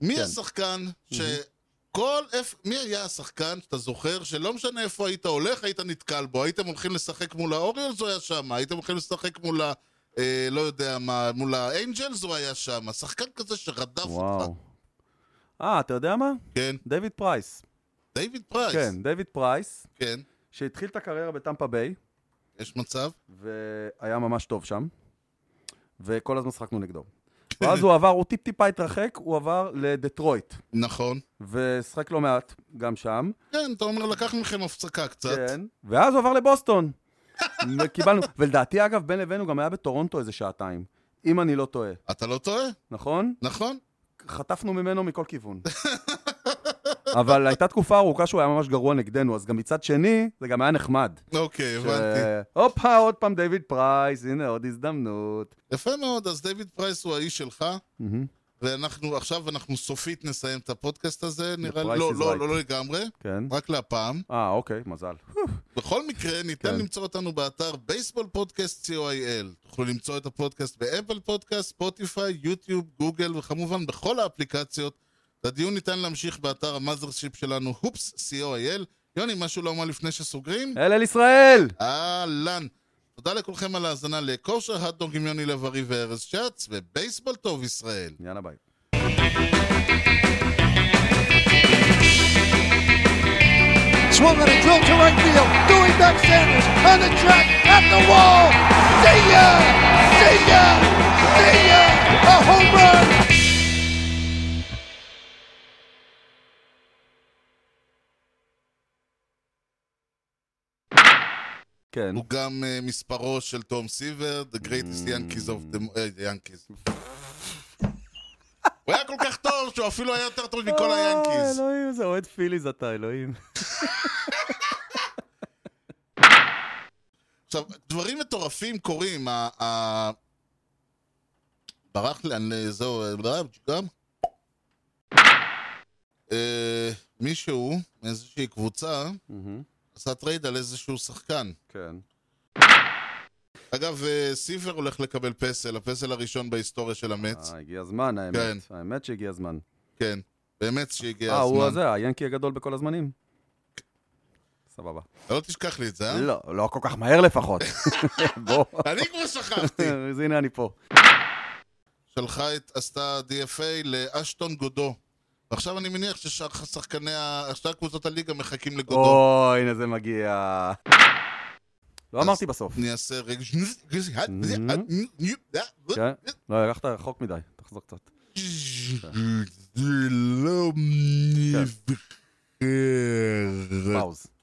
S2: מי
S1: כן.
S2: השחקן שכל איפ... מי היה השחקן שאתה זוכר שלא משנה איפה היית הולך, היית נתקל בו? הייתם הולכים לשחק מול האוריולס, הוא היה שם? הייתם הולכים לשחק מול ה... אה, לא יודע מה, מול האנג'לס הוא היה שם? שחקן כזה שרדף אותך.
S1: וואו.
S2: לא.
S1: אה, אתה יודע מה?
S2: כן,
S1: דיוויד פרייס.
S2: דיוויד פרייס.
S1: כן, דיוויד פרייס,
S2: כן,
S1: שהתחיל את הקריירה בטמפה ביי,
S2: יש מצב.
S1: והיה ממש טוב שם, וכל הזמן שחקנו נגדו. ואז הוא עבר, הוא טיפ-טיפה התרחק, הוא עבר לדטרויט,
S2: נכון.
S1: ושחק לא מעט, גם שם,
S2: כן, אתה אומר, לקח מכם הפסקה קצת.
S1: כן, ואז הוא עבר לבוסטון. וקיבלנו, ולדעתי אגב, בין לבין הוא גם היה בטורונטו איזה שעתיים, אם אני לא טועה,
S2: אתה לא טועה?
S1: נכון?
S2: נכון?
S1: חטפנו ממנו מכל כיוון. אבל הייתה תקופה ארוכה שהוא היה ממש גרוע נגדנו, אז גם מצד שני, זה גם היה נחמד.
S2: אוקיי,
S1: ש-
S2: הבנתי.
S1: הופה, עוד פעם דיוויד פרייס, הנה עוד הזדמנות.
S2: יפה מאוד, אז דיוויד פרייס הוא האיש שלך.
S1: מהמם,
S2: ואנחנו עכשיו, אנחנו סופית נסיים את הפודקאסט הזה, נראה
S1: price
S2: לי,
S1: is
S2: לא,
S1: right.
S2: לא, לא, לא לגמרי,
S1: כן.
S2: רק להפעם.
S1: אה, אוקיי, מזל.
S2: בכל מקרה, ניתן
S1: כן.
S2: למצוא אותנו באתר בייסבול פודקאסט co.il. תוכלו למצוא את הפודקאסט באפל פודקאסט, ספוטיפיי, יוטיוב, גוגל, וכמובן בכל האפליקציות. את הדיון ניתן להמשיך באתר המאזרשיפ שלנו, הופס, co.il. יוני, משהו לא אמר לפני שסוגרים?
S1: אל אל ישראל!
S2: אהלן. תודה לכולכם על ההאזנה לכושר הדוג עם יוני לב-ארי וארז שץ, ובייסבול טוב ישראל.
S1: יאללה ביי.
S7: Swung on a drill to right field. Dewey back Sanders on the track at the wall. See ya! See ya! See ya! A home run!
S1: כן.
S2: הוא גם אה, מספרו של תום סיבר, The Greatest Yankees of the... אה, Yankees. הוא היה כל כך טוב שהוא אפילו היה יותר טוב מכל היאנקיז.
S1: אה, אלוהים, זה אוהד פיליז אתה, אלוהים.
S2: עכשיו, דברים מטורפים קורים. ה- ה- ברח לי, אני- זהו, אה, גם? אה, מישהו מאיזושהי קבוצה
S1: מהמם,
S2: עשה טרייד על איזשהו שחקן.
S1: כן.
S2: אגב, אה, סיבר הולך לקבל פסל, הפסל הראשון בהיסטוריה של המץ.
S1: אה, הגיע הזמן, האמת.
S2: כן.
S1: האמת שהגיע הזמן.
S2: כן, באמת שהגיע
S1: אה, הוא
S2: הזמן.
S1: הזה, היאנקי הגדול בכל הזמנים. סבבה.
S2: אתה לא תשכח לי את זה, אה?
S1: לא, לא כל כך מהר לפחות. בוא.
S2: אני כבר שכחתי.
S1: אז הנה אני פה.
S2: שלחה את, עשתה DFA לאשטון גודו. ועכשיו אני מניח ששאר שחקני, ה- שאר קבוצות הליגה מחכים לגודו.
S1: או, הנה זה מגיע. לא
S2: אז-
S1: אמרתי בסוף.
S2: אני אעשה רגע...
S1: כן? לא, לקחת רחוק מדי, תחזור קצת. Mm-hmm. כן.
S2: לא נבחר. כן.
S1: פאוז.